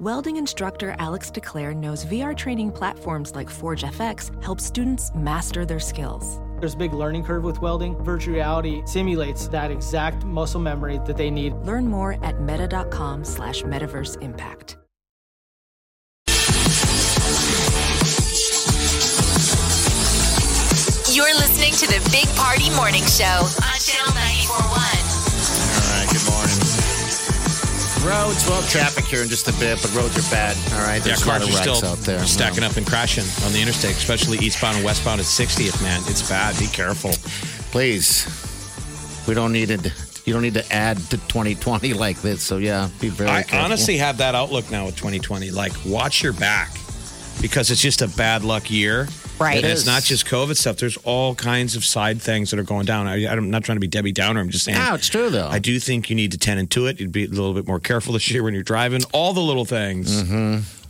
J: Welding instructor Alex DeClaire knows VR training platforms like Forge FX help students master their skills.
K: There's a big learning curve with welding. Virtual reality simulates that exact muscle memory that they need.
J: Learn more at meta.com slash metaverse impact.
G: You're listening to the Big Party Morning Show on Channel 941.
A: All right, good morning. Roads, well, traffic here in just a bit, but roads are bad. All right,
E: Yeah,
A: there's a
E: cars
A: lot
E: are
A: of wrecks
E: still
A: out there.
E: stacking up and crashing on the interstate, especially eastbound and westbound at 60th, man. It's bad. Be careful.
A: Please, we don't need it. You don't need to add to 2020 like this. So yeah, be very.
E: I
A: careful.
E: honestly have that outlook now with 2020. Like, watch your back because it's just a bad luck year.
D: Right.
E: And
D: It
E: it's
A: is.
E: not just COVID stuff. There's all kinds of side things that are going down. I, I'm not trying to be Debbie Downer. I'm just saying.
A: No, it's true though.
E: I do think you need to tend into it. You'd be a little bit more careful this year when you're driving. All the little things.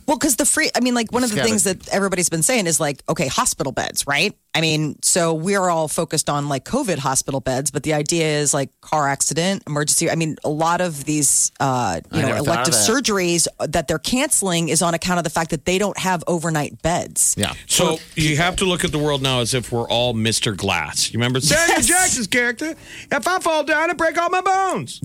D: Well, because the free, I mean, like one of the
A: gotta-
D: things that everybody's been saying is like, okay, hospital beds, right? I mean, so we're all focused on like COVID hospital beds, but the idea is like car accident, emergency. I mean, a lot of these, uh, you
A: I
D: know,
A: never thought
D: elective
A: of that.
D: surgeries that they're canceling is on account of the fact that they don't have overnight beds.
A: Yeah.
E: So you have to look at the world now as if we're all Mr. Glass. You remember Samuel Jackson's character? If I fall down, I break all my bones.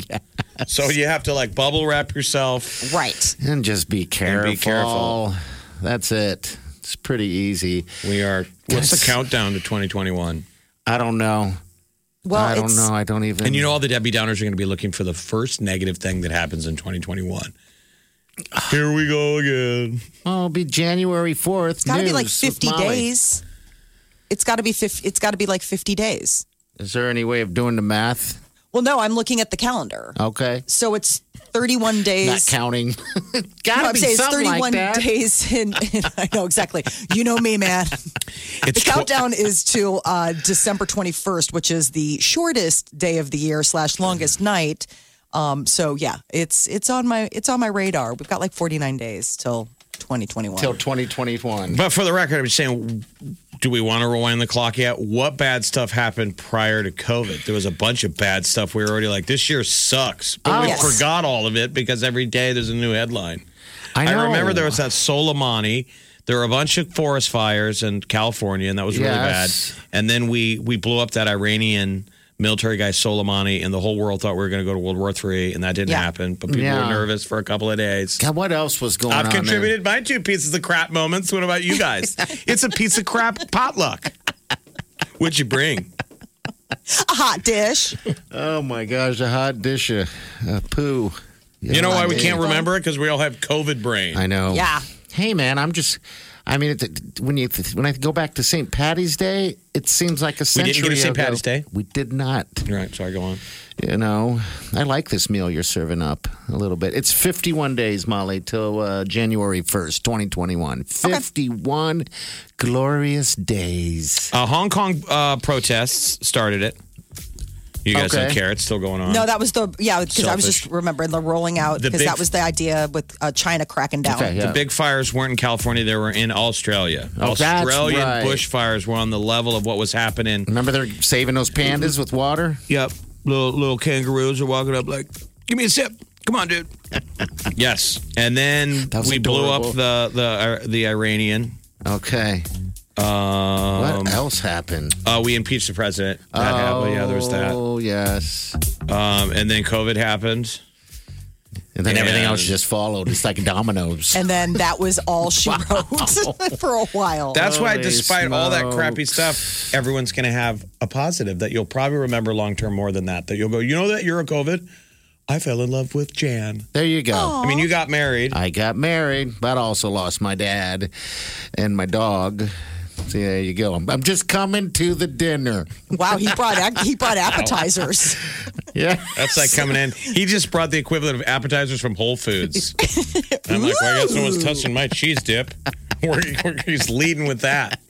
E: So you have to like bubble wrap yourself.
D: Right.
A: And just be careful.
E: be careful.
A: That's it. It's pretty easy.
E: We are. What's the
A: Yes.
E: countdown to 2021?
A: I don't know.
D: Well,
A: I don't
D: it's,
A: know. I don't even.
E: And you know, all the Debbie Downers are going to be looking for the first negative thing that happens in 2021. Here we go again.
A: well, Oh, it'll be January fourth.
D: it's got to be like 50 days. It's got to be 50, it's got to be like 50 days.
A: Is there any way of doing the math?
D: Well, no, I'm looking at the calendar.
A: Okay.
D: So it's 31 days.
A: Oh. Not counting. Gotta
D: No, I'm
A: be
D: saying it's
A: something like
D: 31
A: that.
D: days in, I know exactly. You know me, man.
E: It's
D: The countdown is to uh, December 21st, which is the shortest day of the year slash longest night. Um, so yeah, it's it's on my it's on my radar. We've got like 49 days till 2021.
A: till 2021.
E: But for the record, I'm just saying, do we want to rewind the clock yet? What bad stuff happened prior to COVID? There was a bunch of bad stuff. We were already like, this year sucks. But we
D: yes.
E: forgot all of it because every day there's a new headline. I,
A: know.
E: remember there was that Soleimani. There were a bunch of forest fires in California, and that was really bad.
A: Yes.
E: And then we we blew up that Iranian military guy Soleimani, and the whole world thought we were going to go to World War III, and that didn't
D: Yeah.
E: happen. But people
A: Yeah.
E: were nervous for a couple of days.
A: God, what else was going on?
E: I've
A: there?
E: contributed my two pieces of crap moments. What about you guys? it's a piece of crap potluck. What'd you bring?
D: A hot dish.
A: Oh my gosh, a hot dish of uh, poo.
E: you know
A: Yeah,
E: why we
A: I
E: can't
A: did.
E: remember it? Because we all have COVID brain.
A: I know.
D: Yeah.
A: Hey man, I'm just. I mean, it, when you when I go back to St. Patty's Day, it seems like a century
E: didn't get a St.
A: ago.
E: Patty's Day?
A: We did not.
E: You're right. Sorry, go on.
A: You know, I like this meal you're serving up a little bit. It's 51 days, Molly, till uh, January 1st, 2021. 51 glorious days.
E: Uh, Hong Kong uh, protests started it. You guys
D: Okay.
E: don't care. It's still going on.
D: No, that was the yeah because I was
E: Selfish.
D: just remembering the rolling out
E: The
D: because
E: big-
D: that was the idea with uh, China cracking down.
E: The Oh, big fires weren't in California; they were in Australia.
A: Oh, that's
E: Australian
A: right.
E: bushfires were on the level of what was happening.
A: Remember, they're saving those pandas with water.
E: Yep, little little kangaroos are walking up like, "Give me a sip." Come on, dude. yes, and then
A: was
E: we blew
A: adorable.
E: up the the the Iranian.
A: Okay.
E: Um,
A: What else happened?
E: Uh, we impeached the president. That happened. Yeah, there was that.
A: Oh yes.
E: Um, and then COVID happened.
A: And then everything else just followed. It's like dominoes.
D: And then that was all she wrote for a while.
E: That's why, despite all that crappy stuff, everyone's going to have a positive that you'll probably remember long term more than that. That you'll go, you know, that Euro COVID, I fell in love with Jan.
A: There you go.
E: I mean, you got married.
A: I got married, but I also lost my dad and my dog. So there you go. I'm, I'm just coming to the dinner.
D: Wow, he brought he brought appetizers.
A: Yeah.
E: That's like coming in. He just brought the equivalent of appetizers from Whole Foods. And I'm like, well, I guess no one's touching my cheese dip. We're, we're, he's leading with that.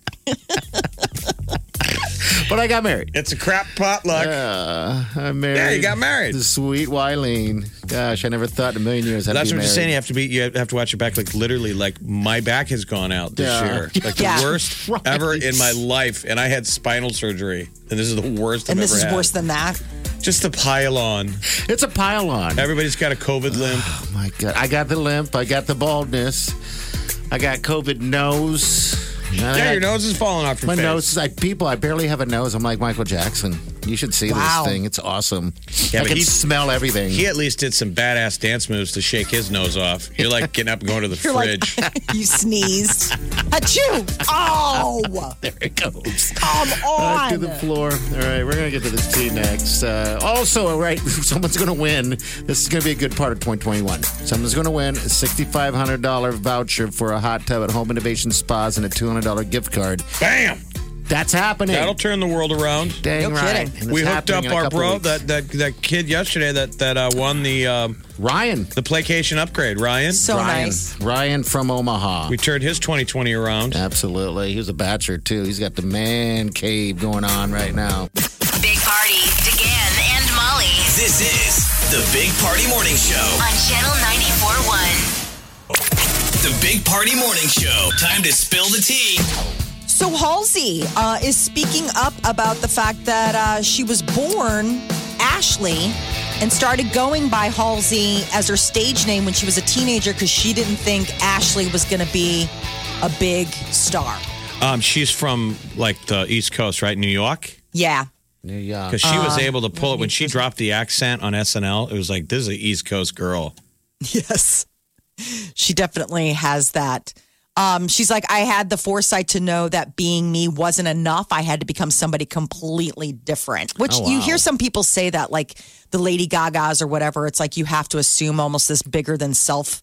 A: But I got married.
E: It's a crap potluck.
A: Yeah, I married.
E: Yeah, you got married.
A: The sweet Wileen. Gosh, I never thought in a million years I'd
E: That's
A: be
E: what I'm
A: married.
E: just saying. You have to be. You have to watch your back. Like literally, like my back has gone out this
A: Yeah.
E: year. Like
D: Yeah.
E: the worst
D: Right.
E: ever in my life, and I had spinal surgery, and this is the worst.
D: and
E: I've
D: this
E: ever
D: is
E: had.
D: worse than that.
E: Just a pile on.
A: It's a pile on.
E: Everybody's got a COVID limp.
A: Oh my god! I got the limp. I got the baldness. I got COVID nose.
E: Yeah, your nose is falling off your
A: my
E: face.
A: nose is like people. I barely have a nose. I'm like Michael Jackson. You should see
E: Wow.
A: this thing. It's awesome.
E: Yeah,
A: I
E: but
A: can
E: he-
A: smell everything.
E: He at least did some badass dance moves to shake his nose off. You're like getting up and going to the
D: You're
E: fridge.
D: like you sneezed. Achoo! Oh,
A: there it goes.
D: Come on.
A: Uh, to the floor. All right, we're gonna get to this tea next. Uh, also, all right, someone's gonna win. This is gonna be a good part of 2021. Someone's gonna win a $6,500 voucher for a hot tub at Home Innovation Spas and a $200 gift card.
E: Bam!
A: That's happening.
E: That'll turn the world around.
A: Dang No right. kidding. And it's
E: We hooked
A: happening
E: up
A: in a
E: our
A: couple
E: bro
A: weeks.
E: that, that that kid yesterday that that uh, won the um,
A: Ryan
E: the placation upgrade. Ryan,
A: Ryan. Ryan from Omaha.
E: We turned his 2020 around.
A: Absolutely. He was a bachelor too. He's got the man cave going on right now.
G: Big Party, DeGan and Molly
B: This is the Big Party Morning Show.
G: on Channel 94.1.
B: The Big Party Morning Show. Time to spill the tea.
D: So Halsey uh, is speaking up about the fact that uh, she was born Ashley and started going by Halsey as her stage name when she was a teenager because she didn't think Ashley was going to be a big star.
E: Um, she's from like the East Coast, right? New York.
D: Yeah.
A: New York.
E: Because she was able to pull it when she dropped the accent on SNL. It was like this is an East Coast girl.
D: Yes. She definitely has that. Um, she's like, I had the foresight to know that being me wasn't enough. I had to become somebody completely different, which
L: Oh,
D: you
L: wow.
D: hear some people say that, like the Lady Gagas or whatever. It's like you have to assume almost this bigger than self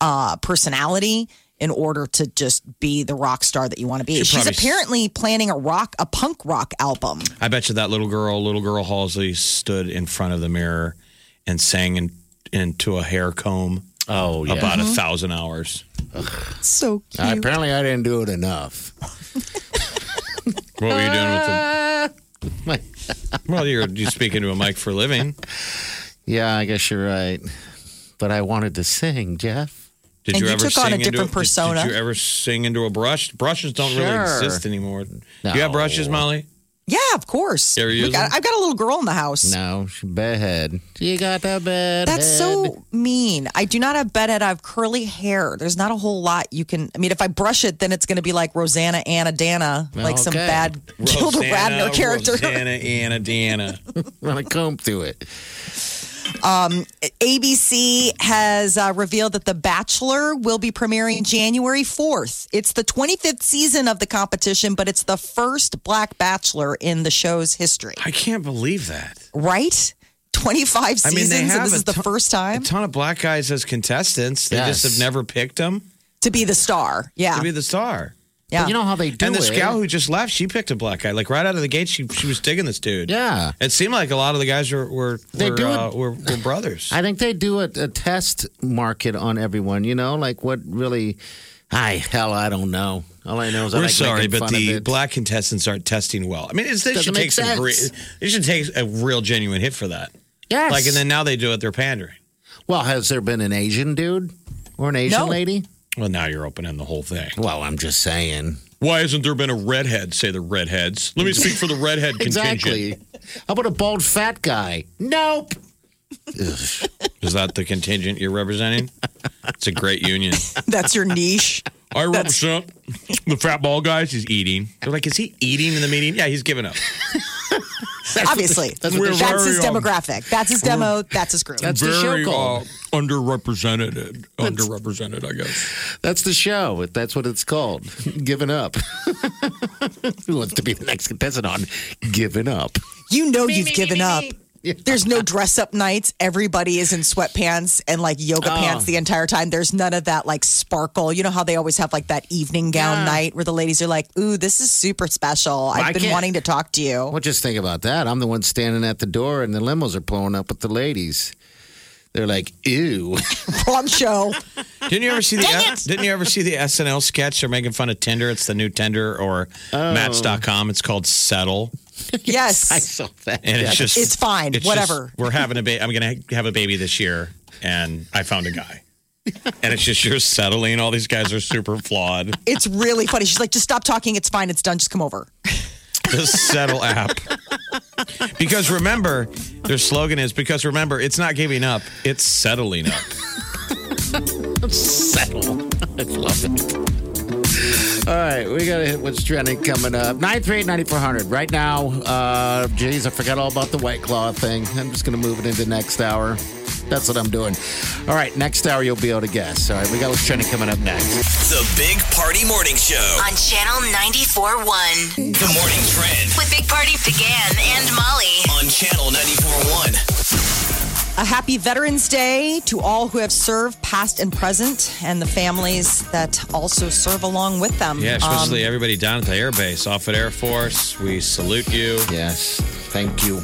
D: uh, personality in order to just be the rock star that you want to be.
E: She
D: She's
E: probably-
D: apparently planning a rock, a punk rock album.
E: I bet you that little girl, little girl Halsey, stood in front of the mirror and sang in, into a hair comb.
A: Oh, yeah.
E: about
A: Mhm.
E: a thousand hours.
D: So
A: Uh, apparently, I didn't do it enough.
E: What were you doing with them?
D: Uh,
A: My-
E: Well, you're you speaking to a mic for a living.
A: yeah, I guess you're right. But I wanted to sing, Jeff.
E: Did
D: And
E: you,
D: you
E: ever
D: took on
E: sing
D: a
E: into
D: different
E: did-
D: persona.
E: Did, you ever sing into a brush? Brushes don't really
A: Sure.
E: exist anymore. Do you have brushes,
A: No.
E: Molly?
D: Yeah, of course.
E: You ever use
D: Look, I-
E: them?
D: I've got a little girl in the house.
A: No, she bedhead. You got that bed.
D: That's so mean. I do not have bedhead. I have curly hair. There's not a whole lot you can. I mean, if I brush it, then it's going to be like Rosanna Anna Dana, like some
A: Okay.
D: bad Gilda
E: Rosanna,
D: Radner character.
E: Rosanna, Anna, Deanna.
A: Run a comb through it.
D: Um, ABC has uh, revealed that The Bachelor will be premiering January 4th. It's the 25th season of the competition, but it's the first Black Bachelor in the show's history.
E: I can't believe that.
D: Right? 25
E: I
D: seasons,
E: mean, they
D: and
E: have
D: this
E: a
D: is the
E: ton-
D: first time
E: A ton of black guys as contestants. They
A: Yes.
E: just have never picked them
D: to be the star. Yeah.
E: to be the star.
D: yeah.
A: But you know how they do
E: and
A: it.
E: this gal who just left, she picked a black guy. Like right out of the gate, she she was digging this dude.
A: Yeah.
E: It seemed like a lot of the guys were were
A: They
E: were,
A: do it-
E: uh, were, were brothers.
A: I think they do a, a test market on everyone, you know, like what really I hell, I don't know. All I know is I
E: We're
A: like
E: sorry,
A: making
E: but
A: fun of
E: the
A: it.
E: black contestants aren't testing well. I mean, it's, they
A: Doesn't
E: should
A: make
E: take some. Re-
A: sense.
E: they should take a real genuine hit for that.
A: Yes.
E: Like, and then now they do it. They're pandering.
A: Well, has there been an Asian dude or an Asian
E: No.
A: lady?
E: Well, now you're opening the whole thing.
A: Well, I'm just saying.
E: Why hasn't there been a redhead? Say the redheads. Let me speak for the redhead
A: Exactly.
E: contingent.
A: How about a bald fat guy? Nope.
E: Is that the contingent you're representing? It's a great union.
D: That's your niche.
E: I represent the fat ball guys. He's eating. They're like, is he eating in the meeting? Yeah, he's giving up.
D: Obviously,
E: that's
D: that's,
E: what they-
D: his
E: We're very, um,
D: demographic. That's his demo. That's his group.
E: Very, uh, underrepresented. underrepresented, I guess.
A: That's the show. That's what it's called. Giving up. Who wants to be the next contestant on Giving Up?
D: You know you've given up. There's no dress up nights. Everybody is in sweatpants and like yoga
A: Oh.
D: pants the entire time. There's none of that like sparkle. You know how they always have like that evening gown night where the ladies are like, "Ooh, this is super special.
A: Well, I
D: I've been
A: can't-
D: wanting to talk to you."
A: Well, just think about that. I'm the one standing at the door, and the limos are blowing up with the ladies. They're like, ew.
D: Wrong show.
E: Didn't you
D: Ah,
E: ever see the Didn't you ever see the SNL sketch? They're making fun of Tinder. It's the new Tinder or Match.com. It's called Settle,
D: Yes,
A: I saw that.
E: and it's just
D: it's fine.
E: it's
D: Whatever.
E: just, we're having a baby. I'm gonna ha- have a baby this year, and I found a guy. And it's just you're settling. All these guys are super flawed.
D: it's really funny. She's like, "Just stop talking. It's fine. It's done. Just come over."
E: The Settle app. Because remember, their slogan is because remember, it's not giving up, it's settling up.
A: Settle. I love it. All right, we got to hit what's trending coming up. 938-9400. Right now, uh, geez, I forgot all about the White Claw thing. I'm just going to move it into next hour. That's what I'm doing. All right, next hour you'll be able to guess. All right, we got what's trending coming up next.
B: The Big Party Morning Show.
G: On Channel 94.1.
B: The Morning Trend
G: With Big Party began and Molly.
B: on Channel 94.1.
D: A happy Veterans Day to all who have served, past and present, and the families that also serve along with them.
E: Yeah,
D: Um,
E: especially everybody down at the air base, off at Air Force. We salute you.
A: Yes, thank you.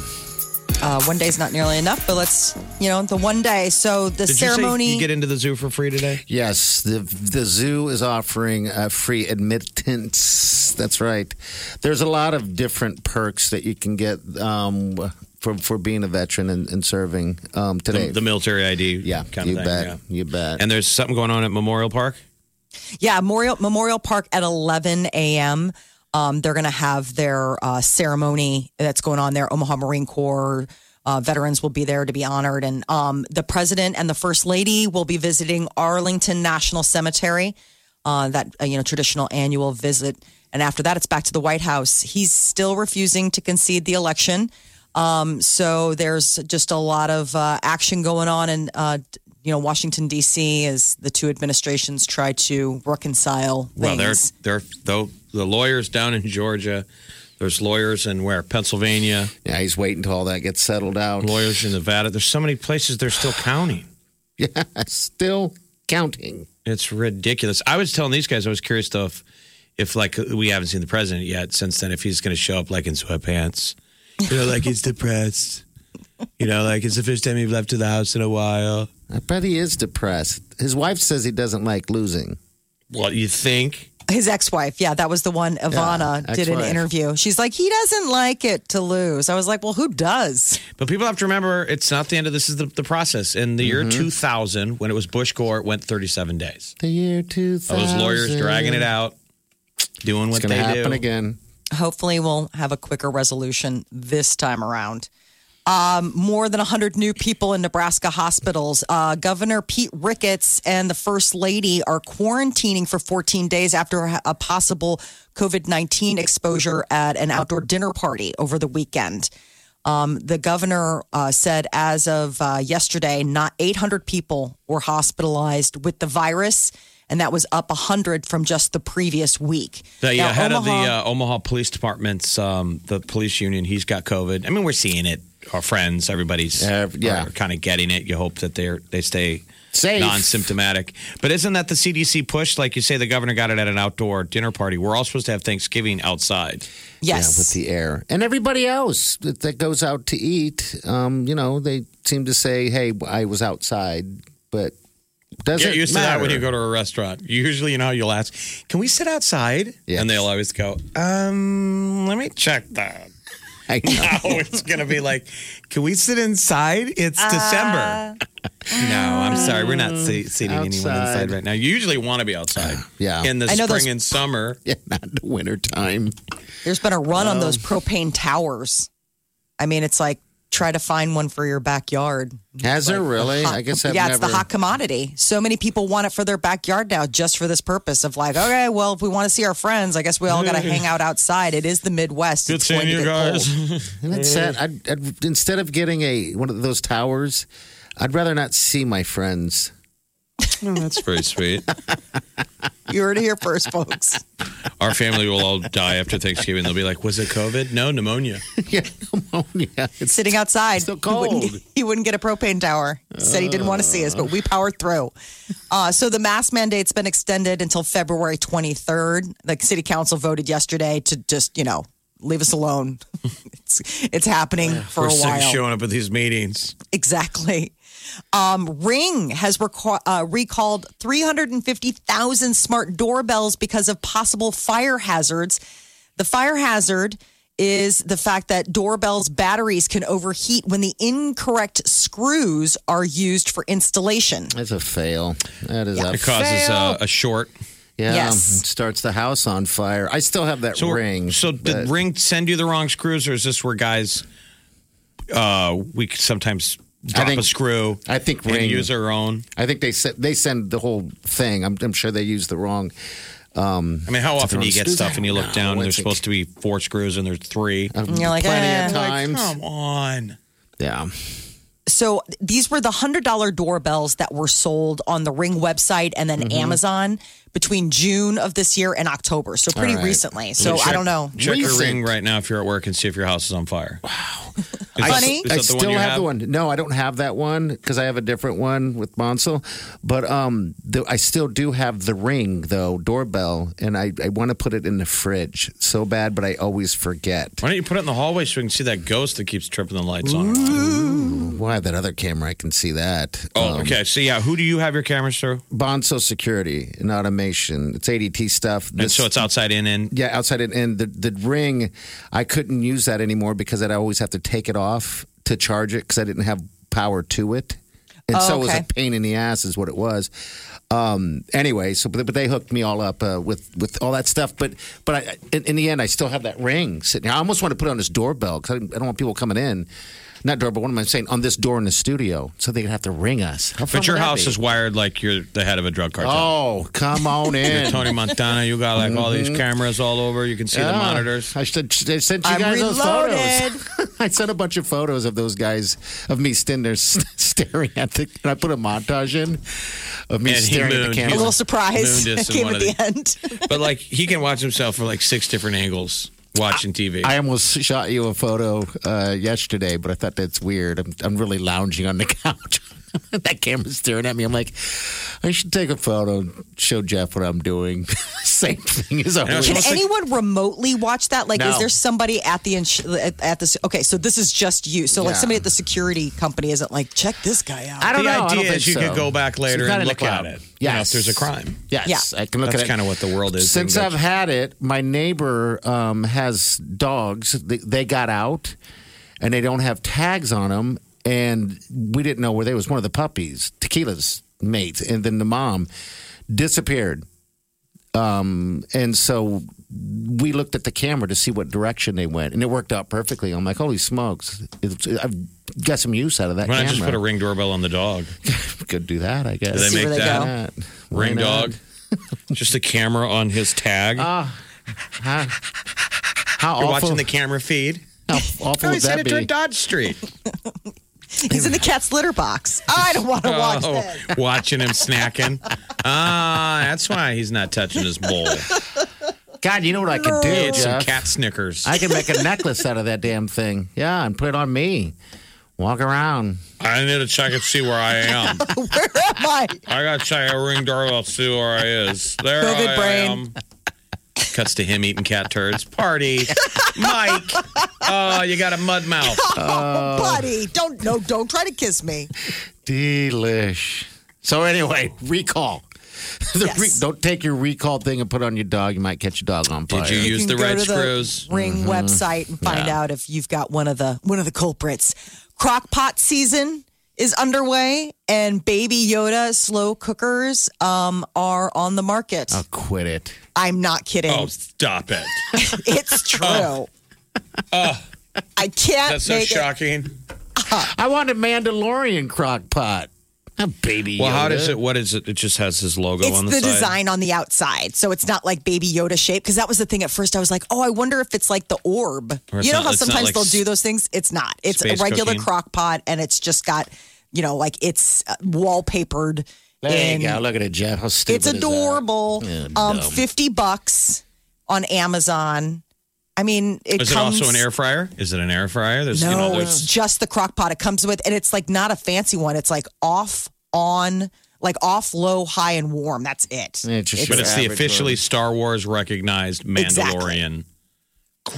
D: uh, one day's not nearly enough, but let's, you know, the one day. So the
E: Did
D: ceremony.
E: you say you get into the zoo for free today?
A: Yes, the the zoo is offering a free admittance. That's right. There's a lot of different perks that you can get um, for for being a veteran and, and serving um, today.
E: The, the military ID. Yeah, kind
A: you
E: of thing.
A: bet.
E: yeah.
A: You bet.
E: And there's something going on at Memorial Park.
D: Yeah, Memorial Memorial Park at 11 a.m. Um, they're going to have their uh, ceremony that's going on there. Omaha Marine Corps uh, veterans will be there to be honored, and um, the president and the first lady will be visiting Arlington National Cemetery. Uh, that uh, you know traditional annual visit, and after that, it's back to the White House. He's still refusing to concede the election. Um, so there's just a lot of uh, action going on in, uh, d- you know, Washington D.C. as the two administrations try to reconcile things.
E: Well, they're, they're though the lawyers down in Georgia. There's lawyers in where Pennsylvania.
A: Yeah, he's waiting till all that gets settled out.
E: Lawyers in Nevada. There's so many places they're still counting.
A: Yeah, still counting.
E: It's ridiculous. I was telling these guys I was curious though if, if like we haven't seen the president yet since then if he's going to show up like in sweatpants, you know, like he's depressed. You know, like it's the first time he's left to the house in a while.
A: I bet he is depressed. His wife says he doesn't like losing.
E: Well, you think?
D: His ex-wife, yeah, that was the one. Ivana
A: Yeah,
D: did an
A: ex-wife.
D: interview. She's like, he doesn't like it to lose. I was like, well, who does?
E: But people have to remember it's not the end of this is the, the process. In the year
A: Mm-hmm.
E: 2000, when it was Bush Gore, it went 37 days.
A: The year 2000.
E: All those lawyers dragging it out, doing
A: It's
E: what
A: going to
E: Oh, they
A: happen
E: do.
A: again.
D: Hopefully, we'll have a quicker resolution this time around. Um, more than 100 new people in Nebraska hospitals. Uh, Governor Pete Ricketts and the First Lady are quarantining for 14 days after a possible COVID 19 exposure at an outdoor dinner party over the weekend. Um, the governor uh, said as of uh, yesterday, not 800 people were hospitalized with the virus, and that was up 100 from just the previous week.
E: The
D: Now,
E: uh, head of the
D: Omaha-
E: uh, Omaha Police Department's um, the police union, he's got COVID. I mean, we're seeing it. Our friends, everybody's
A: Uh, yeah.
E: kind of getting it. You hope that they're they stay
A: Safe.
E: non-symptomatic. But isn't that the CDC push? Like you say, the governor got it at an outdoor dinner party. We're all supposed to have Thanksgiving outside.
D: Yes.
A: Yeah, with the air. And everybody else that, that goes out to eat, um, you know, they seem to say, hey, I was outside, but
E: Get
H: doesn't
E: used to that when
H: matter.
E: you go to a restaurant. Usually, you know, you'll ask, "Can we sit outside?" And they'll always go, "Um, let me check that."
A: I
E: know. it's gonna be like, "Can we sit inside?" It's December. No, I'm sorry, we're not se- seating anyone
A: Outside.
E: inside right now. You usually want to be outside.
A: Yeah.
E: in the
D: I know
E: spring
D: those-
E: and summer.
A: Yeah, not the winter time.
D: There's been a run on
A: Um,
D: those propane towers. I mean, it's like try to find one for your backyard.
A: Has
D: It's
A: there
D: like
A: really?
D: the hot-
A: I guess I've
D: yeah, it's the
A: never-
D: hot commodity. So many people want it for their backyard now, just for this purpose of like, okay, well, if we want to see our friends, I guess we all got to hang out outside. It is the Midwest. it's going to get cold.
A: And it's sad. I'd, I'd, instead of getting a one of those towers, I'd rather not see my friends.
E: No, that's very sweet.
D: You heard it here first, folks.
E: Our family will all die after Thanksgiving. They'll be like, "Was it COVID? No, pneumonia."
A: yeah, pneumonia. It's
D: Sitting outside, so He wouldn't,
E: cold.
D: get, he wouldn't get a propane tower. He said he didn't want to see us, but we powered through. Uh, so the mask mandate's been extended until February 23rd. The city council voted yesterday to just, you know, leave us alone. it's it's happening for
E: we're
D: a
E: sick
D: while.
E: of showing up at these meetings.
D: Exactly. Um, Ring has reco- uh, recalled 350,000 smart doorbells because of possible fire hazards. The fire hazard is the fact that doorbells' batteries can overheat when the incorrect screws are used for installation.
A: That's a fail. That is a
E: It causes
A: fail.
E: uh, a short.
A: yeah,
D: Yes.
A: it starts the house on fire. I still have that
E: we're-
A: ring.
E: So
A: but-
E: did Ring send you the wrong screws, or is this where guys uh, we could sometimes drop
A: think-
E: a screw?
A: I think
E: and
A: Ring
E: use our own.
A: I think they se- they send the whole thing. I'm, I'm sure they use the wrong. Um,
E: I mean, how
A: it's
E: often
A: the
E: do you
A: wrong
E: get
A: screws.
E: stuff and you look
A: No,
E: down and there's
A: it's
E: supposed to be four screws and there's three?
A: And
D: you're like,
A: plenty
D: eh.
A: of times.
E: come on.
A: yeah.
D: So these were the $100 doorbells that were sold on the Ring website and then
A: Mm-hmm.
D: Amazon between June of this year and October. So pretty
E: All right.
D: recently. So I
E: Check-
D: don't know.
E: Check your ring right now if you're at work and see if your house is on fire. Wow.
A: I, I still have, the one. No, I don't have that one because I have a different one with Monsel. But um, the, I still do have the ring though doorbell, and I, I want to put it in the fridge so bad, but I always forget.
E: Why don't you put it in the hallway so we can see that ghost that keeps tripping the lights on?
A: Well, I have that other camera. I can see that.
E: Oh,
A: Um,
E: okay. So yeah, who do you have your cameras through?
A: Bonso Security and automation. It's ADT stuff.
E: And so it's outside in and
A: yeah, outside and, and the the ring, I couldn't use that anymore because I'd always have to take it off to charge it because I didn't have power to it, and
D: Oh,
A: so it was a
D: okay.
A: pain in the ass, is what it was. Um, anyway, so but, but they hooked me all up uh, with with all that stuff, but but I, in, in the end, I still have that ring sitting. I almost want to put it on this doorbell because I, I don't want people coming in. Not doorbell. What am I saying? On this door in the studio, so they would have to ring us. How fun
E: But your
A: would that
E: house
A: be?
E: is wired like you're the head of a drug cartel.
A: Oh, come on
E: You're
A: in.
E: Tony Montana, you got like all these
A: Mhm.
E: cameras all over. You can see
A: Yeah.
E: the monitors.
A: I should I sent you
D: I'm
A: guys those
D: reloaded.
A: photos. I sent a bunch of photos of those guys of me standing there s- staring at the. And I put a montage in of me
E: And he
A: staring at the
E: mooned.
D: a
A: camera.
D: little surprise
E: Moon disc in
D: came
E: one
D: at
E: of
D: the
E: the-
D: end.
E: But like he can watch himself from like six different angles watching TV.
A: I almost shot you a photo uh, yesterday, but I thought that's weird. I'm, I'm really lounging on the couch. that camera's staring at me. I'm like, I should take a photo and show Jeff what I'm doing. Same thing as always.
D: Can anyone remotely watch that? Like, is
A: No.
D: there somebody at the ins- at, at this? Okay, so this is just you. So like
A: Yeah.
D: somebody at the security company isn't like check this guy out.
A: I don't
E: the
A: know. I
E: idea
A: don't think
E: is you
A: so.
E: could go back
A: So
E: later
A: you've got
E: and
A: it in
E: look
A: the
E: at
A: cloud.
E: it. Yeah,
A: Yes.
E: if there's a crime.
A: Yes,
D: Yeah.
A: I can look
E: That's
A: at it.
E: kind of what the world is.
A: Since I've had it, my neighbor um, has dogs. They, they got out, and they don't have tags on them. And we didn't know where they was. One of the puppies, Tequila's mate, and then the mom disappeared. Um, and so we looked at the camera to see what direction they went, and it worked out perfectly. I'm like, holy smokes! It's, I've got some use out of that
E: Why not
A: camera.
E: just put a ring doorbell on the dog?
A: Could do that, I guess.
E: Do they
D: See
E: make
D: where they
E: that
A: Why
E: ring
A: not?
E: dog? just a camera on his tag.
A: How, how
E: You're
A: awful!
E: watching the camera feed.
A: how
E: Oh,
A: awful
E: he
A: would
E: sent
A: that
E: it to
A: be?
E: Dodge Street.
D: He's in the cat's litter box. I don't want to watch
E: Oh,
D: this.
E: watching him snacking. Ah, that's why he's not touching his bowl.
A: God, you know what I could
E: He
A: do,
E: ate some
A: Jeff?
E: cat Snickers.
A: I could make a necklace out of that damn thing. Yeah, and put it on me. Walk around.
E: I need to check and see where I am.
D: Where am I?
E: I gotta check a ring doorbell to see where I is. There
D: Covid
E: I
D: brain.
E: am. Cuts to him eating cat turds. Party, Mike. Oh, you got a mud mouth.
D: Buddy, don't no, don't try to kiss me.
A: Delish. So anyway, recall. The
D: Yes.
A: re- don't take your recall thing and put it on your dog. You might catch your dog on fire.
E: Did you use the
D: Go
E: right
D: to the
E: screws?
D: Ring website and find out if you've got one of the one of the culprits. Crockpot season is underway, and Baby Yoda slow cookers um, are on the market.
A: Oh, quit it.
D: I'm not kidding.
E: Oh, stop it.
D: It's true.
E: Oh,
D: I can't
E: that's so
D: make it.
E: shocking.
A: I want a Mandalorian crock pot. A baby.
E: Well, how
A: Yoda.
E: does it? What is it? It just has his logo
D: It's
E: on
D: the,
E: the, side.
D: design on the outside, so it's not like Baby Yoda shape. Because that was the thing at first. I was like, "Oh, I wonder if it's like the orb."
E: Or it's
D: You know
E: not-
D: how
E: it's not
D: sometimes
E: like
D: they'll do those things. It's not. It's a
E: space
D: regular
E: cooking.
D: crock pot, and it's just got you know like it's uh, wallpapered.
A: There
D: in-
A: you go. Look at it, Jeff. How stupid
D: It's
A: is that?
D: adorable.
A: Yeah,
D: um,
A: dumb.
D: fifty bucks on Amazon. I mean, it
E: Is it
D: comes.
E: also an air fryer? Is it an air fryer? There's
D: no,
E: you know,
D: it's
E: there's
D: just the crock pot it comes with, and it's like not a fancy one. It's like off on, like off, low, high, and warm. That's it.
A: Yeah, it's just
E: but
A: your
E: it's the
A: average
E: officially
A: one.
E: Star Wars recognized Mandalorian.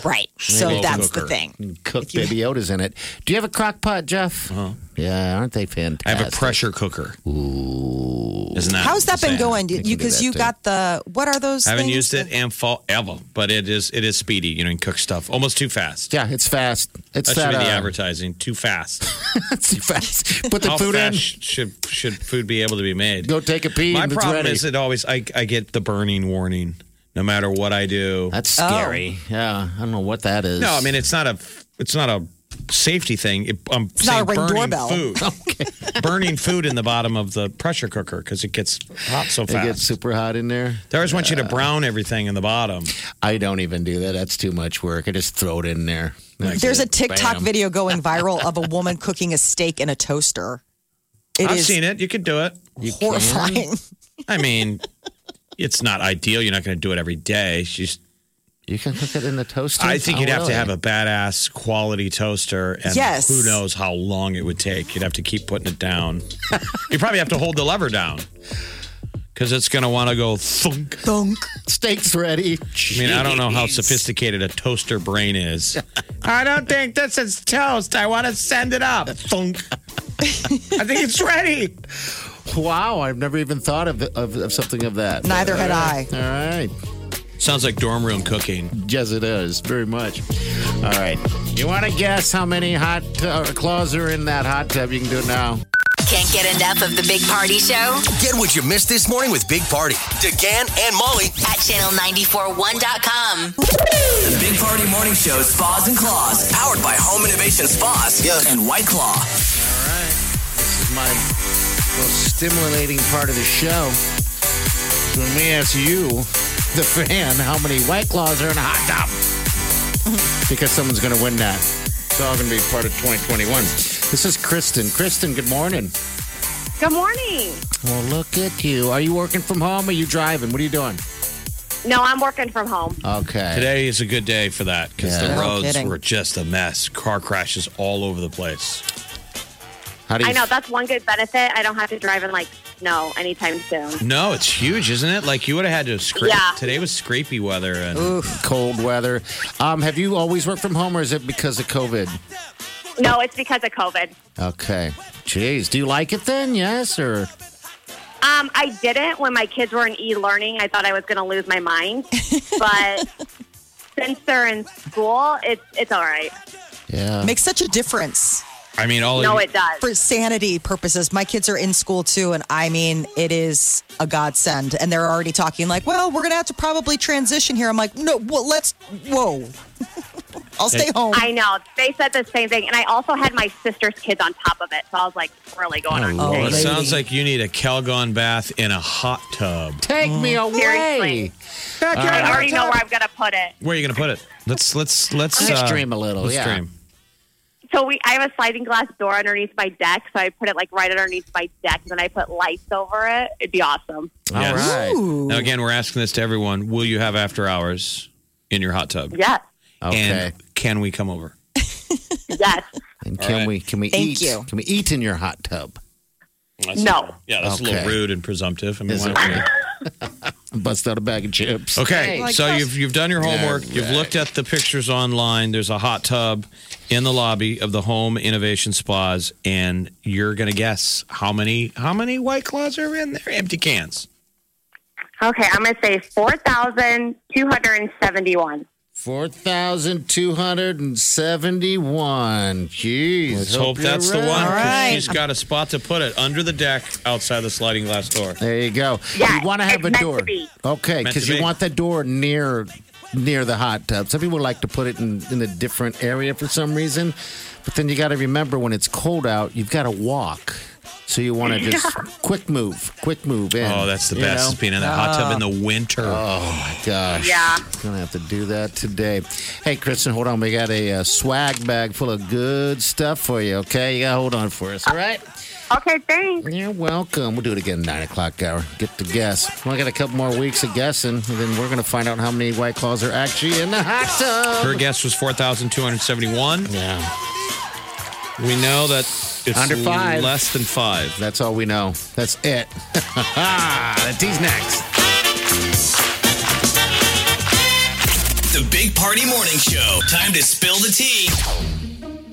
D: Right. So
E: Slow
D: that's
E: cooker. Mm-hmm.
D: the thing.
A: cooked baby Yoda's in it. Do you have a crock pot, Jeff? Yeah, aren't they fantastic?
E: Uh-huh. I have a pressure cooker.
A: Ooh.
E: Isn't that?
D: How's that been
E: insane?
D: going?
A: I
D: You
A: can do
D: because
A: that
D: you
A: too.
D: got the what are those?
E: I haven't
D: things?
E: used it in fall ever, but it is it is speedy. You know, you can cook stuff almost too fast.
A: Yeah, it's fast. It's
E: That should be the
A: uh,
E: advertising. Too fast.
A: it's fast. Put the
E: How
A: food
E: fast
A: in.
E: sh- should should food be able to be made?
A: Go take a pee.
E: My
A: and
E: problem
A: it's ready.
E: is it always I, I get the burning warning no matter what I do.
A: That's scary.
D: Oh.
A: Yeah, I don't know what that is.
E: no, I mean it's not a it's not a safety thing. It, I'm
D: It's
E: saying
D: not a ring
E: burning
D: doorbell.
E: food, burning food in the bottom of the pressure cooker because it gets hot so
A: it gets
E: fast.
A: super hot in there.
E: they always want you to brown everything in the bottom.
A: I don't even do that. That's too much work. I just throw it in there. That's
D: There's a
A: it.
D: TikTok
A: Bam.
D: video going viral of a woman cooking a steak in a toaster. It
E: I've
D: is
E: seen it. You could do it.
D: horrifying.
E: I mean, it's not ideal. You're not going to do it every day. She's.
A: You can cook it in the toaster.
E: I think
A: Oh,
E: you'd have to
A: really?
E: have a badass quality toaster, and
D: Yes.
E: who knows how long it would take. You'd have to keep putting it down. you probably have to hold the lever down because it's going to want to go thunk.
D: Thunk.
A: steak's ready.
E: I mean, I don't know how sophisticated a toaster brain is. I don't think this is toast. I want to send it up. Thunk. I think it's ready.
A: Wow, I've never even thought of of, of something of that.
D: Neither had I.
A: All right.
E: Sounds like dorm room cooking.
A: Yes, it is very much. All right. You want to guess how many hot uh, claws are in that hot tub? You can do it now.
G: Can't get enough of the Big Party Show
B: Get what you missed this morning with Big Party. DeGan and Molly.
G: at channel941.com.
B: The Big Party Morning Show Spas and Claws. Powered by Home Innovation Spas and White Claw.
A: All right. This is my most stimulating part of the show. It's When we ask you, the fan, how many white claws are in a hot tub? because someone's going to win that. It's all going to be part of 2021. This is Kristen. Kristen, good morning.
L: Good morning.
A: Well, look at you. Are you working from home? Or are you driving? What are you doing?
L: No, I'm working from home.
A: Okay.
E: Today is a good day for that because
A: Yeah.
E: the
D: No
E: roads
D: kidding.
E: were just a mess. Car crashes all over the place.
A: How do you
L: I know that's one good benefit. I don't have to drive in like snow anytime soon.
E: No, it's huge, isn't it? Like you would have had to scrape.
L: Yeah.
E: Today was scrapey weather, and
A: cold weather. Um, have you always worked from home, or is it because of COVID?
L: No, it's because of COVID.
A: Okay. Jeez, do you like it then? Yes, or
L: Um, I didn't when my kids were in e-learning. I thought I was going to lose my mind, but since they're in school, it's it's all right.
A: yeah.
D: Makes such a difference
E: I mean, all
L: No,
E: of
L: it does.
D: for sanity purposes. My kids are in school too, and I mean, it is a godsend. And they're already talking like, "Well, we're gonna have to probably transition here." I'm like, "No, well, let's whoa." I'll stay home.
L: I know they said the same thing, and I also had my sister's kids on top of it, so I was like, really going on.
A: Oh,
E: Well, it
D: lady.
E: sounds like you need a Calgon bath in a hot tub.
A: Take me
E: Mm-hmm.
A: away.
L: Seriously. I already know where I'm going to put it.
E: Where are you going to put it? Let's let's let's uh,
A: Let's dream a little,
E: Let's
A: yeah.
E: dream.
L: So we, I have a sliding glass door underneath my deck, so I put it like right underneath my deck, and then I put lights over it. It'd be awesome.
A: All
E: Yes.
A: right.
D: Ooh.
E: Now again, we're asking this to everyone. Will you have after hours in your hot tub?
L: Yes,
A: Okay.
E: And can we come over?
L: yes.
A: And can
E: All right.
A: we can we
D: Thank
A: eat?
D: you.
A: Can we eat in your hot tub?
L: No.
E: Yeah, that's a
A: Okay.
E: little rude and presumptive. I mean,
A: Is
E: why
A: it
E: don't we-
A: Bust out a bag of chips.
E: Okay, so you've you've done your homework. You've looked at the pictures online. There's a hot tub in the lobby of the Home Innovation Spas, and you're gonna guess how many how many White Claws are in there? Empty cans.
L: Okay, I'm going to say 4,271.
A: 4,271. Jeez.
E: Let's hope,
A: you're
E: that's the one.
A: right.
E: 'cause She's got a spot to put it under the deck outside the sliding glass door.
A: There you go. you want to have a door. Okay,
E: Meant
A: because
E: to
A: you
E: be.
A: want that door near near the hot tub. Some people like to put it in, in a different area for some reason. But then you got to remember when it's cold out, you've got to walk. So you want to just quick move, quick move in.
E: Oh, that's the
A: you
E: best.
A: know?
E: Being in that hot tub in the winter.
A: Oh my gosh.
L: Yeah.
A: Gonna have to do that today. Hey, Kristen, hold on. We got a uh, swag bag full of good stuff for you. Okay, you gotta hold on for us. All right.
L: Okay, thanks.
A: You're welcome. We'll do it again nine o'clock hour. Get the guess. We only got a couple more weeks of guessing, and then we're gonna find out how many white claws are actually in the hot tub.
E: Her guess was 4,271.
A: Yeah.
E: We know that it's
A: Under five.
E: less than five.
A: That's all we know. That's it. the tea's next.
B: The Big Party Morning Show. Time to spill the tea.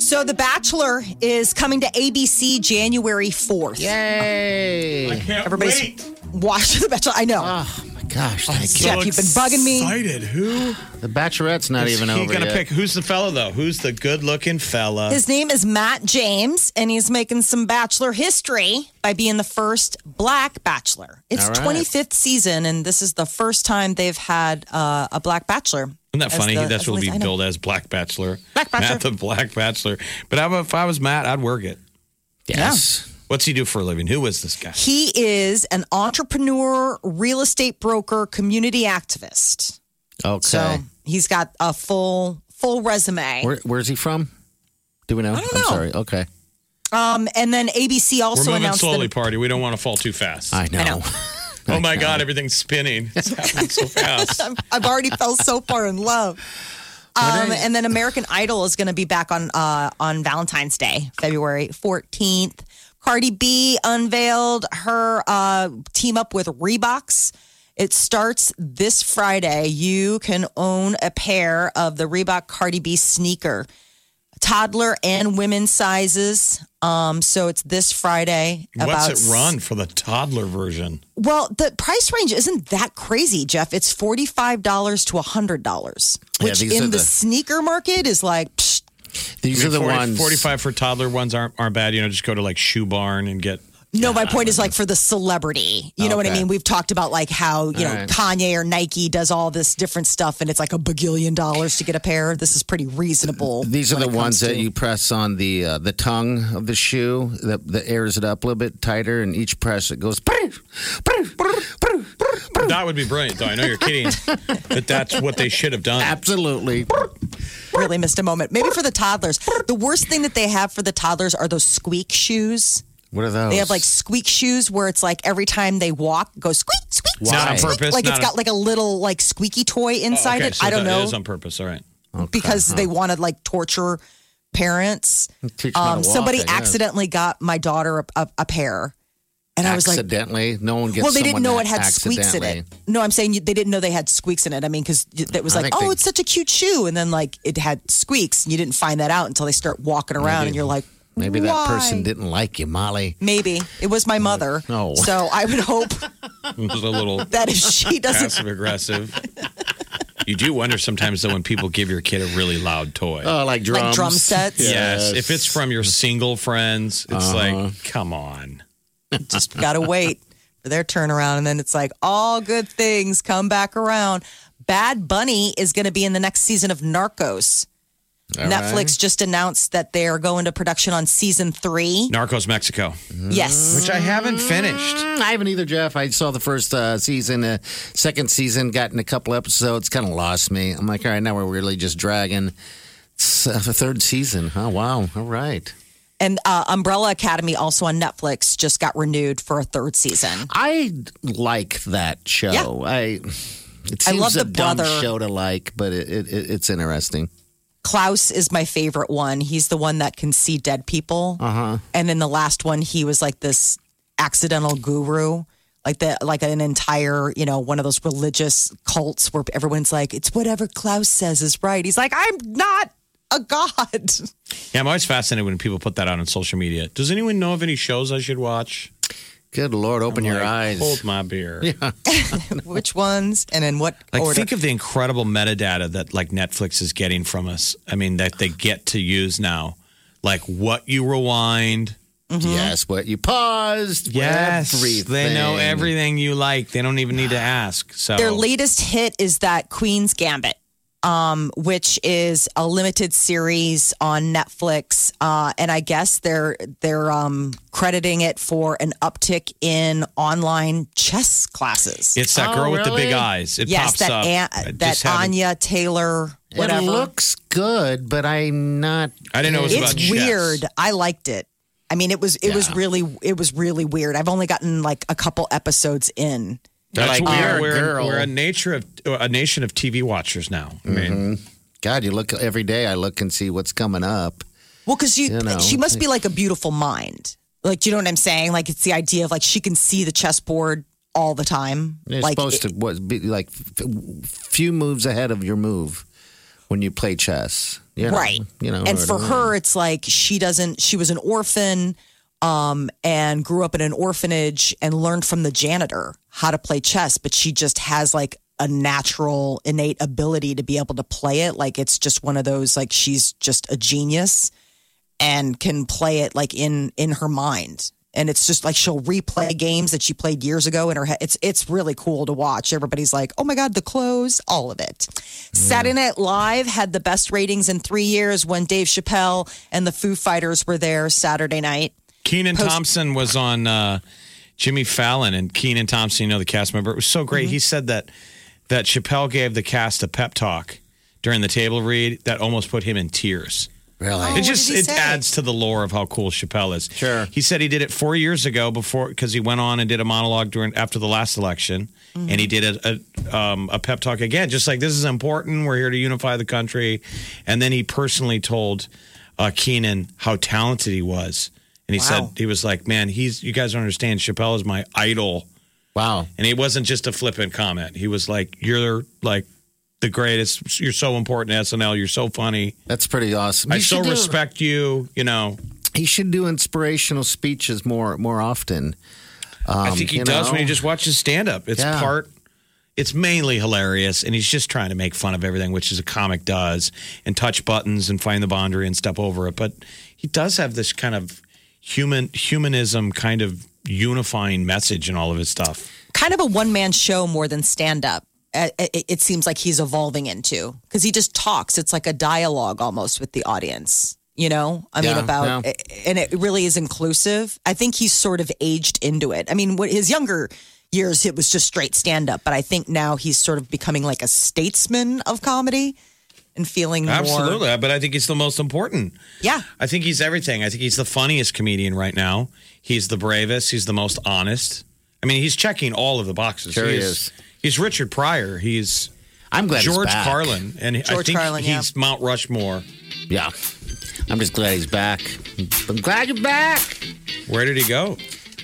D: So The Bachelor is coming to ABC January 4th.
A: Yay!
D: I can't Everybody's watching The Bachelor. I know.
E: Ah.
A: Gosh,
D: I'm
A: thank
D: so
A: you.
D: Jeff, you've been bugging me.
E: Excited. Who?
A: The Bachelorette's not
E: Is
A: even
E: he
A: over
E: gonna
A: yet.
E: pick who's the fella though? Who's the good-looking fella?
D: His name is Matt James, and he's making some Bachelor history by being the first Black Bachelor. It's
E: All right.
D: 25th season, and this is the first time they've had uh, a Black Bachelor.
E: Isn't that
D: as
E: funny?
D: the-
E: That's
D: as
E: what
D: the
E: he'll be
D: lead. I know.
E: billed as Black Bachelor.
D: Black Bachelor.
E: Matt the Black Bachelor. But I- if I was Matt, I'd work it.
A: Yes.
E: What's he do for a living? Who is this guy?
D: He is an entrepreneur, real estate broker, community activist.
A: Okay.
D: So he's got a full full resume.
A: Where, where's he from? Do we know? I don't know. am sorry. Okay.
D: Um, and then ABC also
E: We're moving
D: announced
E: slowly,
D: that
E: party. We don't want to fall too fast. I
A: know.
E: oh my God, everything's spinning. It's happening so fast.
D: I've already fell so far in love. Um, and then American Idol is going to be back on uh, on Valentine's Day, February 14th. Cardi B unveiled her uh, team up with Reeboks. It starts this Friday. You can own a pair of the Reebok Cardi B sneaker, toddler and women sizes. Um, so it's this Friday. about
E: What's it run for the toddler version?
D: well, the price range isn't that crazy, Jeff. It's forty five dollars to hundred dollars,
E: Yeah,
D: which
E: these
D: in
E: are
D: the,
E: the-
D: sneaker market is like. Psh,
A: These
E: I
A: are the
E: mean,
A: ones-
E: Forty-five for toddler ones aren't aren't bad. You know, just go to like Shoe Barn and get.
D: no, my point is like for the celebrity. You know what I
E: Okay.
D: mean? We've talked about like how you
E: All
D: know
E: right.
D: Kanye or Nike does all this different stuff, and it's like a bagillion dollars to get a pair. This is pretty reasonable.
A: These are
D: when
A: the
D: it comes
A: ones that
D: to-
A: you press on the uh, the tongue of the shoe that, that airs it up a little bit tighter, and each press it goes.
E: That would be brilliant, though. I know you're kidding, but that's what they should have done.
A: Absolutely.
D: really missed a moment. Maybe for the toddlers, the worst thing that they have for the toddlers are those squeak shoes.
A: What are those?
D: They have like squeak shoes where it's like every time they walk, go squeak, squeak,
E: It's not on
D: squeak.
E: purpose,
D: Like it's
E: not
D: got
E: on- Oh,
D: like a little like squeaky toy inside
E: Okay,
D: it.
E: so
D: I don't
E: that
D: know
E: Is on purpose. All right.
D: because they want to like torture parents. Um,
A: Teach them how to walk,
D: somebody
A: I guess.
D: accidentally got my daughter a, a, a pair, and I was like,
A: accidentally. no one gets.
D: well, they didn't
A: someone
D: know
A: that
D: it had squeaks in it.
A: accidentally-
D: No, I'm saying you- they didn't know they had squeaks in it. I mean, because it was
A: I
D: like,
A: think
D: oh,
A: they-
D: it's such a cute shoe, and then like it had squeaks, and you didn't find that out until they start walking around, and you're like,
A: Maybe that person
D: "Why?"
A: didn't like you, Molly.
D: Maybe it was my mother.
A: No.
D: So I would hope
E: It was a little
D: That if she doesn't-
E: passive aggressive. You do wonder sometimes though when people give your kid a really loud toy.
A: Oh, like
D: Like
A: drums.
D: drum sets?
E: Yes.
A: Yes. Uh-huh.
E: If it's from your single friends, it's like, come on.
D: Just gotta wait for their turnaround, and then it's like all good things come back around. Bad Bunny is going to be in the next season of Narcos.
E: All
D: Netflix
E: right.
D: just announced that they are going to production on season three.
E: Narcos Mexico.
D: Yes.
E: Which I haven't finished.
A: Mm, I haven't either, Jeff. I saw the first uh, season, uh, second season, gotten a couple episodes, kind of lost me. I'm like, all right, now we're really just dragging s- uh, the third season. Oh, wow. All right.
D: And uh, Umbrella Academy, also on Netflix, just got renewed for a third season.
A: I like that show. I it seems
D: I love the
A: a dumb
D: brother.
A: show to like, but it, it, it- it's interesting.
D: Klaus is my favorite one. He's the one that can see dead people.
A: Uh huh.
D: And then the last one, he was like this accidental guru. like the like an entire you know one of those religious cults where everyone's like it's whatever Klaus says is right. He's like I'm not a god.
E: Yeah, I'm always fascinated when people put that out on social media. Does anyone know of any shows I should watch?
A: Good Lord, open your eyes.
E: Hold my beer.
A: Yeah.
D: Which ones and in what
E: Like
D: order?
E: think of the incredible metadata that like Netflix is getting from us. I mean that they get to use now. Like what you rewind.
A: Mm-hmm. Yes, what you paused.
E: Yes. They know
A: everything.
E: everything you like. They don't even need to ask. So
D: Their latest hit is that Queen's Gambit, um, which is a limited series on Netflix, uh, and I guess they're they're um, crediting it for an uptick in online chess classes.
E: It's that girl with the big eyes. It
D: Oh, yes,
E: pops
D: that
E: up.
D: An-
E: I
D: that
E: just haven't-
D: Anya Taylor. Whatever.
A: It looks good, but I'm not.
E: I didn't know it was
D: it's
E: about chess.
D: weird. I liked it. I mean, it was it was
A: Yeah.
D: really it was really weird. I've only gotten like a couple episodes in.
E: That's
A: Like,
E: what we are.
A: you're a
E: We're,
A: girl.
E: we're a Mm-hmm. nature of a nation of TV watchers now. I mean,
A: God, you look every day. I look and see what's coming up.
D: Well, because you,
A: You know.
D: she must be like a beautiful mind. Like, do you know what I'm saying? Like, it's the idea of like she can see the chessboard all the time.
A: You're
D: like,
A: supposed to what, be like f- few moves ahead of your move when you play chess. You know,
D: right?
A: You know,
D: and
A: or-
D: for her, it's like she doesn't. She was an orphan, um, and grew up in an orphanage and learned from the janitor how to play chess. But she just has like a natural, innate ability to be able to play it. Like, it's just one of those. Like, she's just a genius. and can play it like in in her mind and it's just like she'll replay games that she played years ago in her head it's it's really cool to watch everybody's like oh my god the clothes all of it saturday night live had the best ratings in three years when dave chappelle and the foo fighters were there saturday night
E: Keenan
D: Post-
E: Thompson was on uh, Jimmy Fallon, and Keenan Thompson, you know, the cast member, it was so great. He said that that Chappelle gave the cast a pep talk during the table read that almost put him in tears.
A: Really?
D: Oh,
E: it just it adds to the lore of how cool Chappelle is. Sure. He said he did it four years ago before because he went on and did a monologue during after the last election,
A: Mm-hmm.
E: and he did a a, um, a pep talk again, just like this is important. We're here to unify the country, and then he personally told uh, Keenan how talented he was, and he
D: Wow.
E: said he was like, man, he's you guys don't understand. Chappelle is my idol.
A: Wow.
E: And he wasn't just a flippant comment. He was like, you're like. The greatest! You're so important to SNL. You're so funny.
A: That's pretty awesome.
E: I
A: You
E: so
A: should do-
E: respect you. You know,
A: He should do inspirational speeches more more often.
E: I
A: Um,
E: think he
A: you
E: does
A: know?
E: when you just watch his stand up. It's
A: Yeah.
E: part, it's mainly hilarious, and he's just trying to make fun of everything, which is a comic does, and touch buttons and find the boundary and step over it. But he does have this kind of human humanism kind of unifying message in all of his stuff.
D: kind of a one man show more than stand up. It, it seems like he's evolving into because he just talks. It's like a dialogue almost with the audience. You know, I mean,
A: Yeah,
D: about
A: yeah.
D: and it really is inclusive. I think he's sort of aged into it. I mean, what his younger years, it was just straight stand up, but I think now he's sort of becoming like a statesman of comedy and feeling more-
E: Absolutely, but I think he's the most important.
D: yeah,
E: I think he's everything. I think he's the funniest comedian right now. He's the bravest. He's the most honest. I mean, he's checking all of the boxes.
A: Sure he is.
E: He's Richard Pryor. He's
A: I'm glad he's
E: George
A: back.
E: Carlin, and I
D: George
E: think
D: Carlin, yeah.
E: he's Mount Rushmore.
A: Yeah. I'm just glad he's back. I'm glad you're back.
E: Where did he go?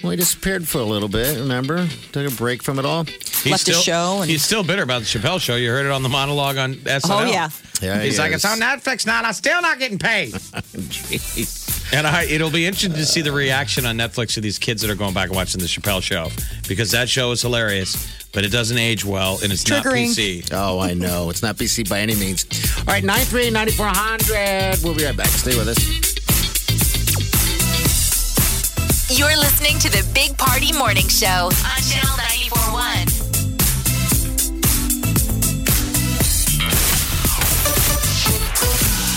A: Well, he disappeared for a little bit. Remember, took a break from it all.
E: He's
D: Left a show and-
E: he's still bitter about the Chappelle show. You heard it on the monologue on SNL.
D: Oh, yeah.
A: Yeah,
E: he's
A: he
E: like,
A: is.
E: it's on Netflix now, and I'm still not getting paid. and I, it'll be interesting to see the reaction on Netflix of these kids that are going back and watching the Chappelle show because that show is hilarious, but it doesn't age well, and it's
D: Triggering.
E: not PC.
A: Oh, I know. It's not BC by any means. All right, 93 9400. We'll be right back. Stay with us.
G: You're listening to the Big Party Morning Show on Channel 941.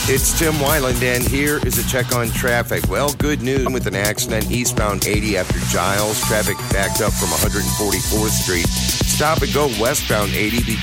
M: It's Tim Wyland, and here is a check on traffic. Well, good news with an accident eastbound 80 after Giles. Traffic backed up from 144th Street. Stop and go westbound 80. be-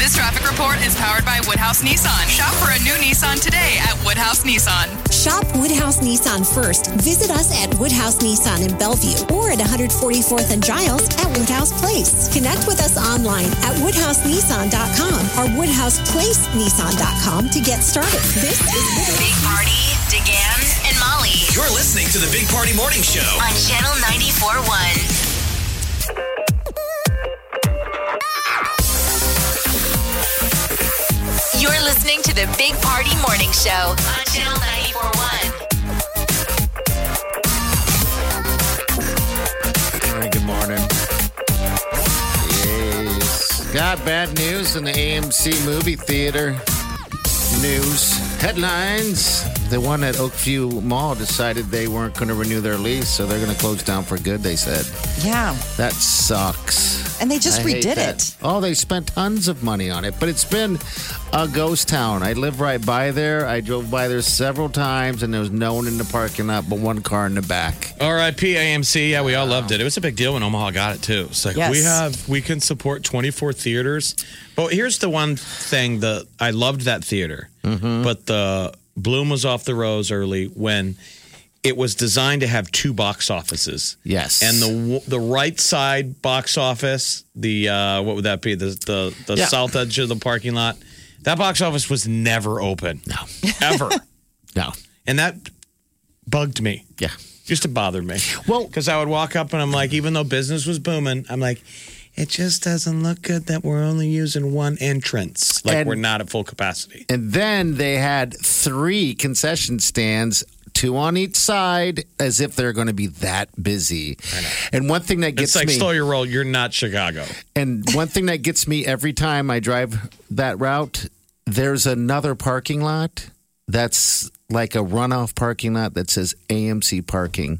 N: This traffic report is powered by Woodhouse Nissan. Shop for a new Nissan today at Woodhouse Nissan.
O: Shop Woodhouse Nissan first. Visit us at Woodhouse Nissan in Bellevue or at 144th and Giles at Woodhouse Place. Connect with us online at woodhousenissan.com or woodhouseplacenissan.com to get started. This is
G: Big Party, DeGan, and Molly
B: You're listening to the Big Party Morning Show.
G: on Channel 941. to the Big Party Morning Show on Channel 941.
A: Hey, good morning. Yes. Got bad news in the AMC movie theater. News headlines. The one at Oakview Mall decided they weren't going to renew their lease, so they're going to close down for good, they said.
D: Yeah.
A: That sucks.
D: And they just
A: I hate
D: redid
A: that.
D: it.
A: Oh, they spent tons of money on it, but it's been a ghost town. I live right by there. I drove by there several times, and there was no one in the parking lot but one car in the back.
E: R.I.P. AMC. Yeah, we all loved it. It was a big deal when Omaha got it too. It's like
A: Yes.
E: we have we can support 24 theaters. But here's the one thing that I loved that theater,
A: Mm-hmm.
E: but the bloom was off the rose early when it was designed to have two box offices.
A: Yes,
E: and the w- the right side box office, the uh, what would that be? The the the
A: Yeah.
E: south edge of the parking lot. That box office was never open. No, ever.
A: no,
E: and that bugged me.
A: Yeah.
E: Used to bother me.
A: Well,
E: because I would walk up and I'm like, even though business was booming, I'm like, it just doesn't look good that we're only using one entrance. Like
A: And-
E: we're not at full capacity.
A: And then they had three concession stands, two on each side, as if they're going to be that busy. And one thing that gets
E: It's like
A: me,
E: slow your roll. You're not Chicago.
A: and one thing that gets me every time I drive that route, there's another parking lot that's like a runoff parking lot that says AMC parking.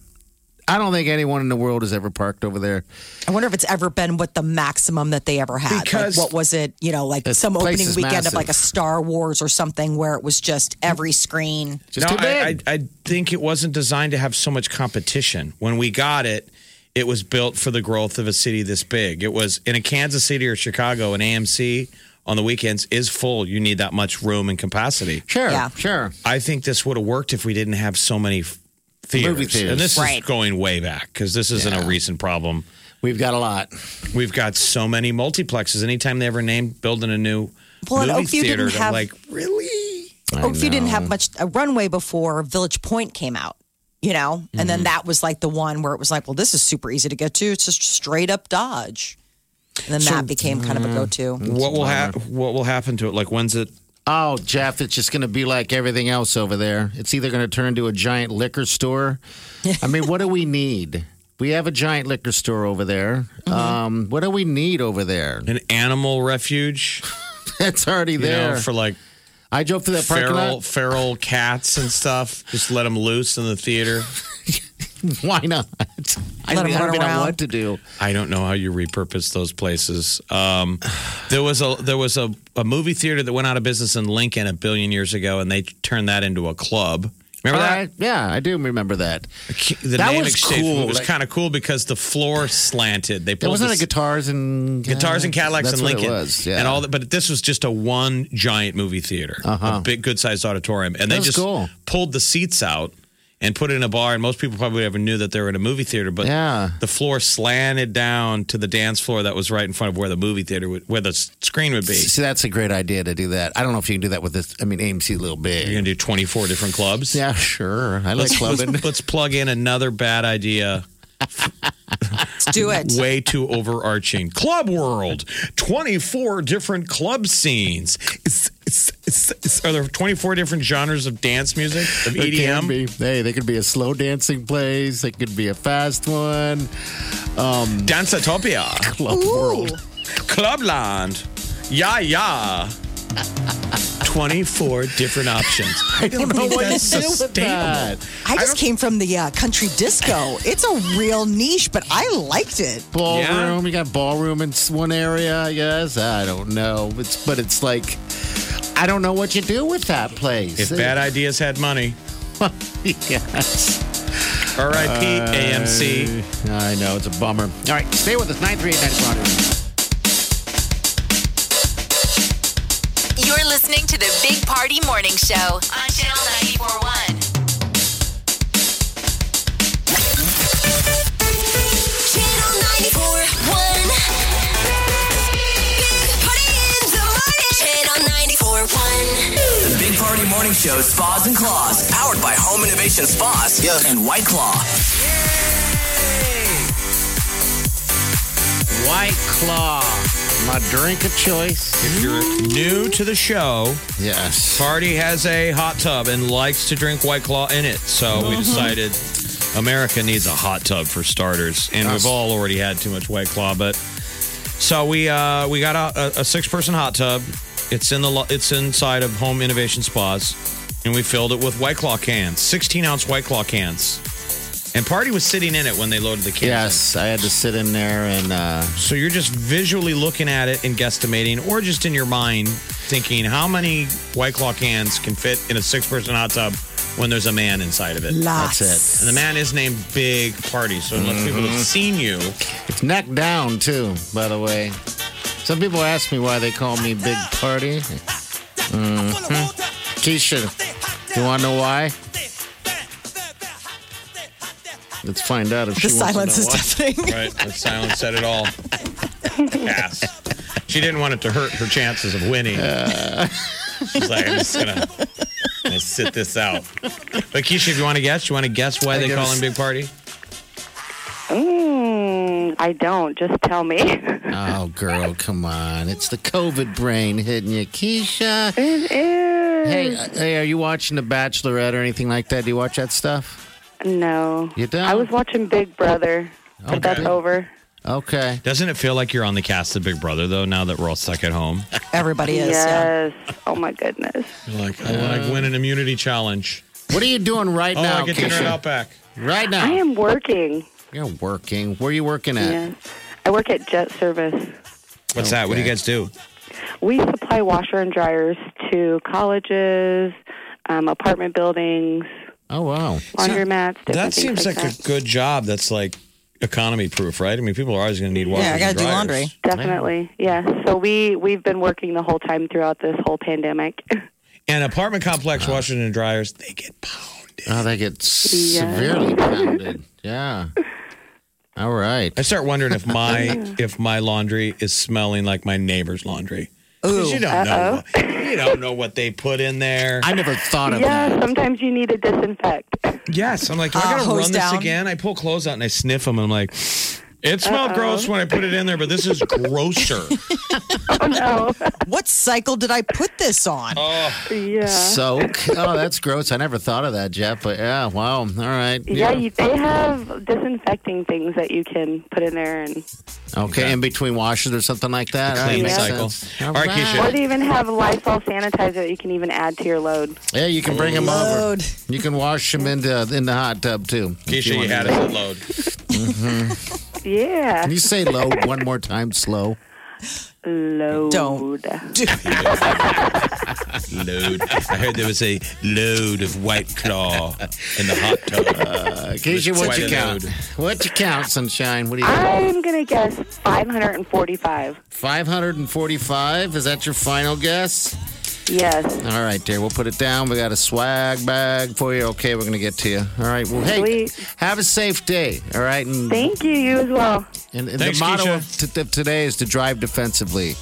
A: I don't think anyone in the world has ever parked over there.
D: I wonder if it's ever been what the maximum that they ever had.
A: Because-
D: like, what was it? You know, like
A: This
D: some
A: place
D: opening
A: is
D: weekend of
A: massive.
D: like a Star Wars or something where it was just every screen.
E: no, I, I, I think it wasn't designed to have so much competition. When we got it, it was built for the growth of a city this big. It was in a Kansas City or Chicago, an AMC on the weekends is full. You need that much room and capacity.
A: Sure, Yeah. sure.
E: I think this would have worked if we didn't have so many f- theaters.
A: Movie theaters.
E: And this
A: Right.
E: is going way back because this isn't a recent problem.
A: We've got a lot.
E: We've got so many multiplexes. Anytime they ever named building a new
D: Well, and
E: movie
D: Oakview
E: theater,
D: didn't
E: I'm
D: have
E: like,
D: really. Oakview Oh, didn't have much a runway before Village Point came out. You know, and
A: Mm-hmm.
D: then that was like the one where it was like, well, this is super easy to get to. It's just straight up Dodge. And then that became kind
A: mm.
D: of a go-to.
E: what will happen? What will happen to it? Like, when's it?
A: Oh, Jeff, it's just going to be like everything else over there. It's either going to turn into a giant liquor store. I mean, what do we need? We have a giant liquor store over there.
E: Mm-hmm.
A: Um, what do we need over there?
E: An animal refuge.
A: That's already
E: You know,
A: there.
E: for like
A: I drove through that parking
E: feral,
A: lot.
E: feral cats and stuff. Just let them loose in the theater.
A: Why not? I,
E: Let 'em
A: mean, I
E: run
A: don't even know
E: around.
A: what to do.
E: I don't know how you repurpose those places. Um, there was a there was a, a movie theater that went out of business in Lincoln a billion years ago, and they turned that into a club. Remember
A: All
E: that?
A: right. Yeah, I do remember that.
E: The
A: that
E: name
A: was
E: exchange
A: cool.
E: was
A: Like,
E: kind of cool because the floor slanted. They
A: there
E: pulled
A: wasn't
E: the
A: a guitars and
E: guitars and Cadillacs
A: That's
E: and Lincoln
A: What it was. Yeah.
E: and all that. But this was just a one giant movie theater,
A: Uh-huh.
E: a big, good sized auditorium, and they
A: That's
E: just
A: cool.
E: pulled the seats out and put it in a bar. And most people probably never knew that they were in a movie theater, but
A: Yeah.
E: the floor slanted down to the dance floor that was right in front of where the movie theater would, where the s- screen would be.
A: See, that's a great idea to do that. I don't know if you can do that with this. I mean, AMC a little big. You're
E: gonna do 24 different clubs.
A: Yeah, sure. I like
E: let's,
A: clubbing.
E: let's, let's plug in another bad idea.
D: Let's do it.
E: Way too overarching. Club World, 24 different club scenes. It's- it's- it's- it's- Are there 24 different genres of dance music, of E
A: There
E: EDM?
A: can be. Hey, they could be a slow dancing place. They could be a fast one. Um,
E: Danceatopia.
A: Club World.
E: Clubland. Yeah, yeah. 24 different options. I don't know what
D: to do with
E: sustainable.
D: I just came from the uh, country disco. It's a real niche, but I liked it.
A: Ballroom. You got ballroom in s- one area, I guess. I don't know. It's But it's like, I don't know what you do with that place.
E: If bad ideas had money.
A: yes.
E: R.I.P.
A: Uh,
E: AMC.
A: I know. It's a bummer. All right. Stay with us. 938
G: You're listening to the Big Party Morning Show on Channel 941.
O: Channel 941. Big Party in the morning.
B: Channel 941. The Big Party Morning Show, Spas and Claws, powered by Home Innovation Spas and White Claw.
A: White Claw.
H: My drink of choice.
E: If you're new to the show,
H: yes,
E: Party has a hot tub and likes to drink White Claw in it. So we
P: Mhm.
E: decided America needs a hot tub for starters, and
P: Yes.
E: we've all already had too much White Claw. But so we uh, we got a, a six person hot tub. It's in the lo- it's inside of Home Innovation Spas, and we filled it with White Claw cans, sixteen ounce White Claw cans. And Party was sitting in it when they loaded the cans.
A: Yes, I had to sit in there and. Uh,
E: So you're just visually looking at it and guesstimating, or just in your mind thinking, how many White Claw cans can fit in a six person hot tub when there's a man inside of it?
A: Lots. That's it.
E: And the man is named Big Party. So unless people have
A: Mhm.
E: seen you,
A: It's neck down too, by the way. Some people ask me why they call me Big Party. Mhm. Keisha, you want to know why? Let's find out if
E: The
A: she
E: silence is
A: wants to know
D: deafening.
E: right? The silence said it all. Pass. She didn't want it to hurt her chances of winning. She's like, I'm just gonna, gonna sit this out. But Keisha, if you want to guess, you want to guess why
L: I
E: they call
L: guess-
E: him Big Party?
L: Mm, I don't. Just tell me.
A: why. Oh, girl, come on! It's the COVID brain hitting you, Keisha.
L: It is.
A: Hey, uh, hey, are you watching The Bachelorette or anything like that? Do you watch that stuff?
L: No.
A: You don't?
L: I was watching Big Brother, but
E: Okay.
L: that's over.
A: Okay.
E: Doesn't it feel like you're on the cast of Big Brother though? Now that we're all stuck at home,
D: Everybody is.
L: Yes. Oh my goodness.
E: you're like, I want to win an immunity challenge.
A: What are you doing right
E: oh,
A: now,
E: I get dinner at
A: Keisha?
E: Outback.
A: Right now,
L: I am working.
A: you're working. Where are you working at?
L: Yes. I work at Jet Service.
E: What's that? What do you guys do?
L: We supply washer and dryers to colleges, um, apartment buildings,
A: Oh wow,
L: laundromats. different
E: That
L: things
E: seems like,
L: like that.
E: a good job. That's like economy proof, right? I mean, people are always going to need washers. and dryers.
L: Definitely, yeah. So we we've been working the whole time throughout this whole pandemic.
E: And apartment complex washers and dryers, they get pounded.
A: Oh, they get severely pounded. Yeah. All right.
E: I start wondering if my if my laundry is smelling like my neighbor's laundry. 'Cause
L: Ooh.
E: You don't know. You don't know what they put in there.
A: I never thought
L: yeah, sometimes you need to disinfect.
E: Yes, I'm like, do
L: Uh,
E: I gotta
L: hose
E: run this
L: down.
E: again? I pull clothes out and I sniff them. I'm like, it smelled
D: Uh-oh.
E: gross when I put it in there, but this is grosser.
D: Oh no! what cycle did I put this on?
E: Oh,
L: Yeah.
A: Soak. Oh, that's gross. I never thought of that, Jeff. But yeah, wow. All right.
L: Yeah, you, they have disinfecting things that you can put in there, and
A: okay, in between washes or something like that.
E: clean
A: All right, makes
E: cycle.
A: sense.
E: All right,
L: or they even have Lysol sanitizer that you can even add to your load.
A: Yeah, you can bring them
D: Oh,
A: over. You can wash them into in the hot tub too. if
E: Keisha, you
A: want
E: had
A: to.
E: us at load.
A: Mhm.
L: Yeah.
A: Can you say low one more time? Slow.
L: Load.
D: Don't.
E: load. I heard there was a load of white claw in the hot tub. Uh,
A: Keisha, what you count? What you count, sunshine? What do you?
L: I'm gonna guess 545.
A: Five hundred and forty-five. Is that your final guess?
L: Yes.
A: All right, dear. We'll put it down. We got a swag bag for you. Okay, we're gonna get to you. All right. Well, hey, have a safe day. All right. And,
L: Thank you. You as well.
A: And, and
L: Thanks,
A: the motto
L: Keisha.
A: of t- of today is to drive defensively.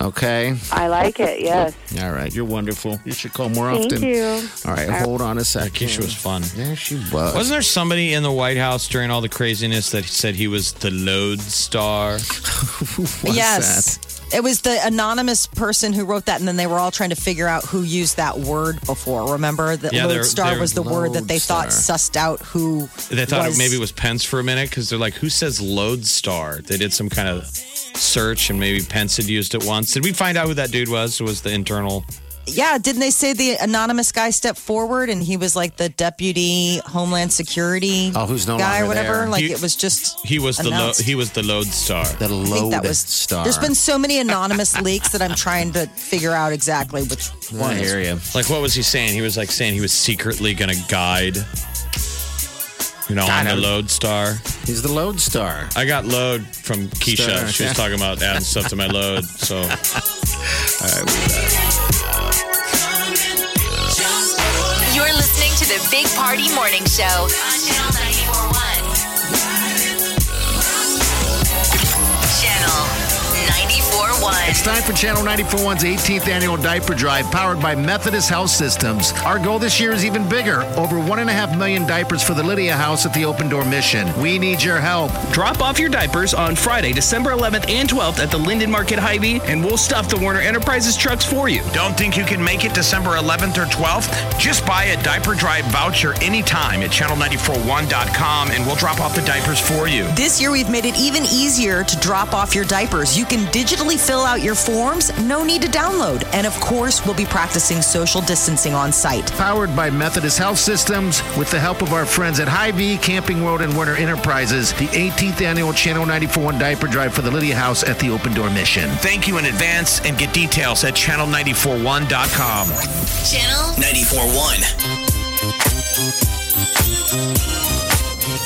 A: Okay.
L: I like it. Yes.
A: All right. You're wonderful. You should call more
L: Thank
A: often.
L: you.
A: All right. Hold on a second.
E: Keisha was fun.
A: Yeah, she was.
E: Wasn't there somebody in the White House during all the craziness that said he was the load star?
D: yes. It was the anonymous person who wrote that, and then they were all trying to figure out who used that word before. Remember that
E: Yeah, they're-
D: lodestar
E: they're-
D: was the word that they thought sussed out who
E: They thought
D: was-
E: it maybe was Pence for a minute because they're like, who says Lodestar? They did some kind of search and maybe Pence had used it once. Did we find out who that dude was? It was the internal.
D: Yeah, didn't they say the anonymous guy stepped forward and he was like the deputy homeland security
E: Oh, who's no
D: guy or
E: longer
D: whatever?
E: there.
D: Like
E: He-
D: it was just
E: He was the lo-
D: announced.
E: he was the Lodestar. The
D: I think that was There's been so many anonymous leaks that I'm trying to figure out exactly which one. is-
A: you.
E: Like, what was he saying? He was like saying he was secretly going to guide. You know, I'm the lodestar.
A: He's the lodestar.
E: I got load from Keisha.
A: Star.
E: She was talking about adding stuff to my load. So, all
A: right,
G: You're listening to the Big Party Morning Show on Channel 941. Channel 941.
A: It's time for Channel 941's 18th annual diaper drive powered by Methodist Health Systems. Our goal this year is even bigger over one and a half million diapers for the Lydia House at the Open Door Mission. We need your help.
Q: Drop off your diapers on Friday, December 11th and 12th at the Linden Market Hy-Vee, and we'll stuff the Warner Enterprises trucks for you.
R: Don't think you can make it December 11th or 12th? Just buy a diaper drive voucher anytime at channel941.com and we'll drop off the diapers for you.
D: This year, we've made it even easier to drop off your diapers. You can digitally fill out your forms, no need to download. And of course, we'll be practicing social distancing on site.
A: Powered by Methodist Health Systems, with the help of our friends at Hy-Vee, Camping World, and Werner Enterprises, the 18th annual Channel 941 diaper drive for the Lydia House at the Open Door Mission.
R: Thank you in advance and get details at channel941.com.
G: Channel
R: 941.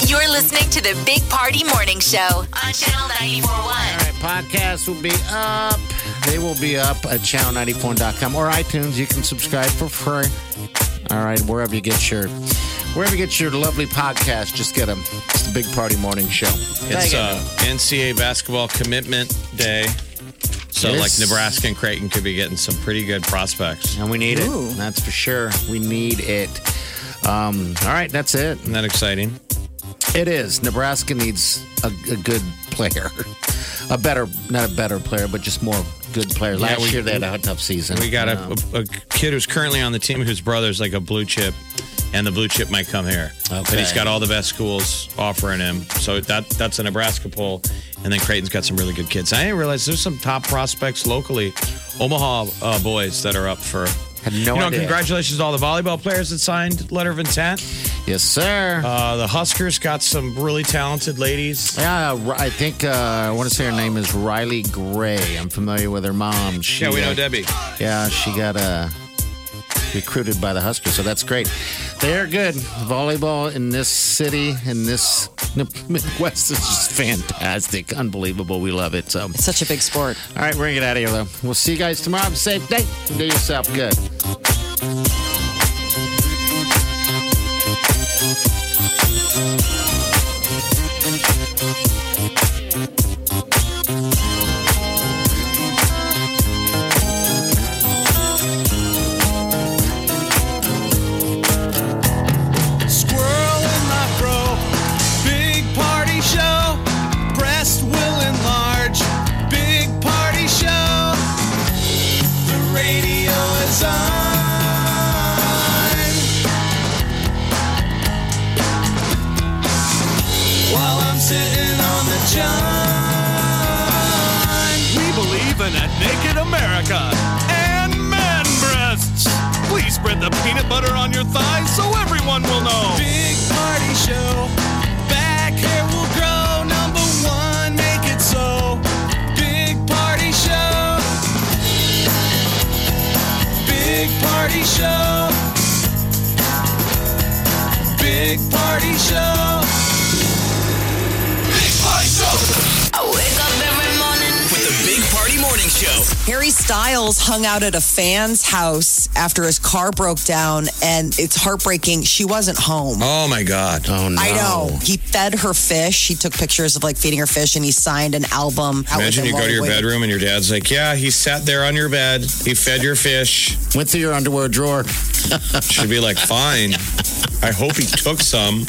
G: You're listening to the Big Party Morning Show on Channel 941.
A: Podcasts will be up. They will be up at channel94.com or iTunes. You can subscribe for free. All right, wherever you get your wherever you get your lovely podcast, just get them. It's the Big Party Morning Show.
E: It's uh, NCAA basketball commitment day. So,
A: It
E: like
A: is.
E: Nebraska and Creighton could be getting some pretty good prospects.
A: And we need it. That's for sure. We need it. Um, all right, that's it.
E: Isn't that exciting?
A: It is. Nebraska needs a, a good player. A better, not a better player, but just more good players.
E: Yeah,
A: Last
E: we-
A: year they had a tough season.
E: We got
A: you
E: a,
A: know.
E: a, a kid who's currently on the team whose brother's like a blue chip, and the blue chip might come here. But he's
A: Okay.
E: got all the best schools offering him. So that that's a Nebraska poll. And then Creighton's got some really good kids. I didn't realize there's some top prospects locally, Omaha uh, boys that are up for.
A: Had
E: you
A: no
E: know,
A: idea.
E: congratulations to all the volleyball players that signed letter of intent.
A: Yes, sir.
E: Uh, the Huskers got some really talented ladies.
A: Yeah, uh, I think uh, I want to say her name is Riley Gray. I'm familiar with her mom. She,
E: yeah, we know
A: uh,
E: Debbie.
A: Yeah, she got uh, recruited by the Huskers, so that's great. They're good. Volleyball in this city, in this Midwest, is just fantastic, unbelievable. We love it. So it's
D: such a big sport.
A: All right, we're gonna get out of here though. We'll see you guys tomorrow. Have a safe day. Do yourself good.
S: Squirrel in my fro. Big party show. Breast will enlarge. Big party show. The radio is on. While I'm sitting on the john.
T: We believe in a naked America and man breasts. Please spread the peanut butter on your thighs so everyone will know.
S: Big party show. Back hair will grow. Number one, make it so. Big party show. Big party show. Big party show. Big party show.
G: I wake up every morning
B: with the Big Party Morning Show.
D: Harry Styles hung out at a fan's house after his car broke down, and it's heartbreaking. She wasn't home.
E: Oh my God!
A: Oh
D: I know. He fed her fish. He took pictures of like feeding her fish, and he signed an album.
A: Oh,
D: out with
E: Imagine
D: him
E: you go
D: while
E: to
D: he
E: your
D: waited.
E: bedroom and your dad's like, "Yeah, he sat there on your bed. He fed your fish.
A: Went through your underwear drawer."
E: Should be like, "Fine. I hope he took some."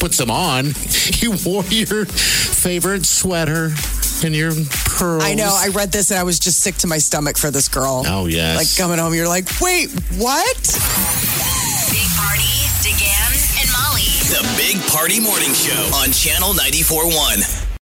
A: Put some on. You wore your favorite sweater and your pearls.
D: I know. I read this and I was just sick to my stomach for this girl.
A: Oh, yes.
D: Like coming home, you're like, wait, what?
G: Big Party, DeGan, and Molly.
B: The Big Party Morning Show on Channel 941.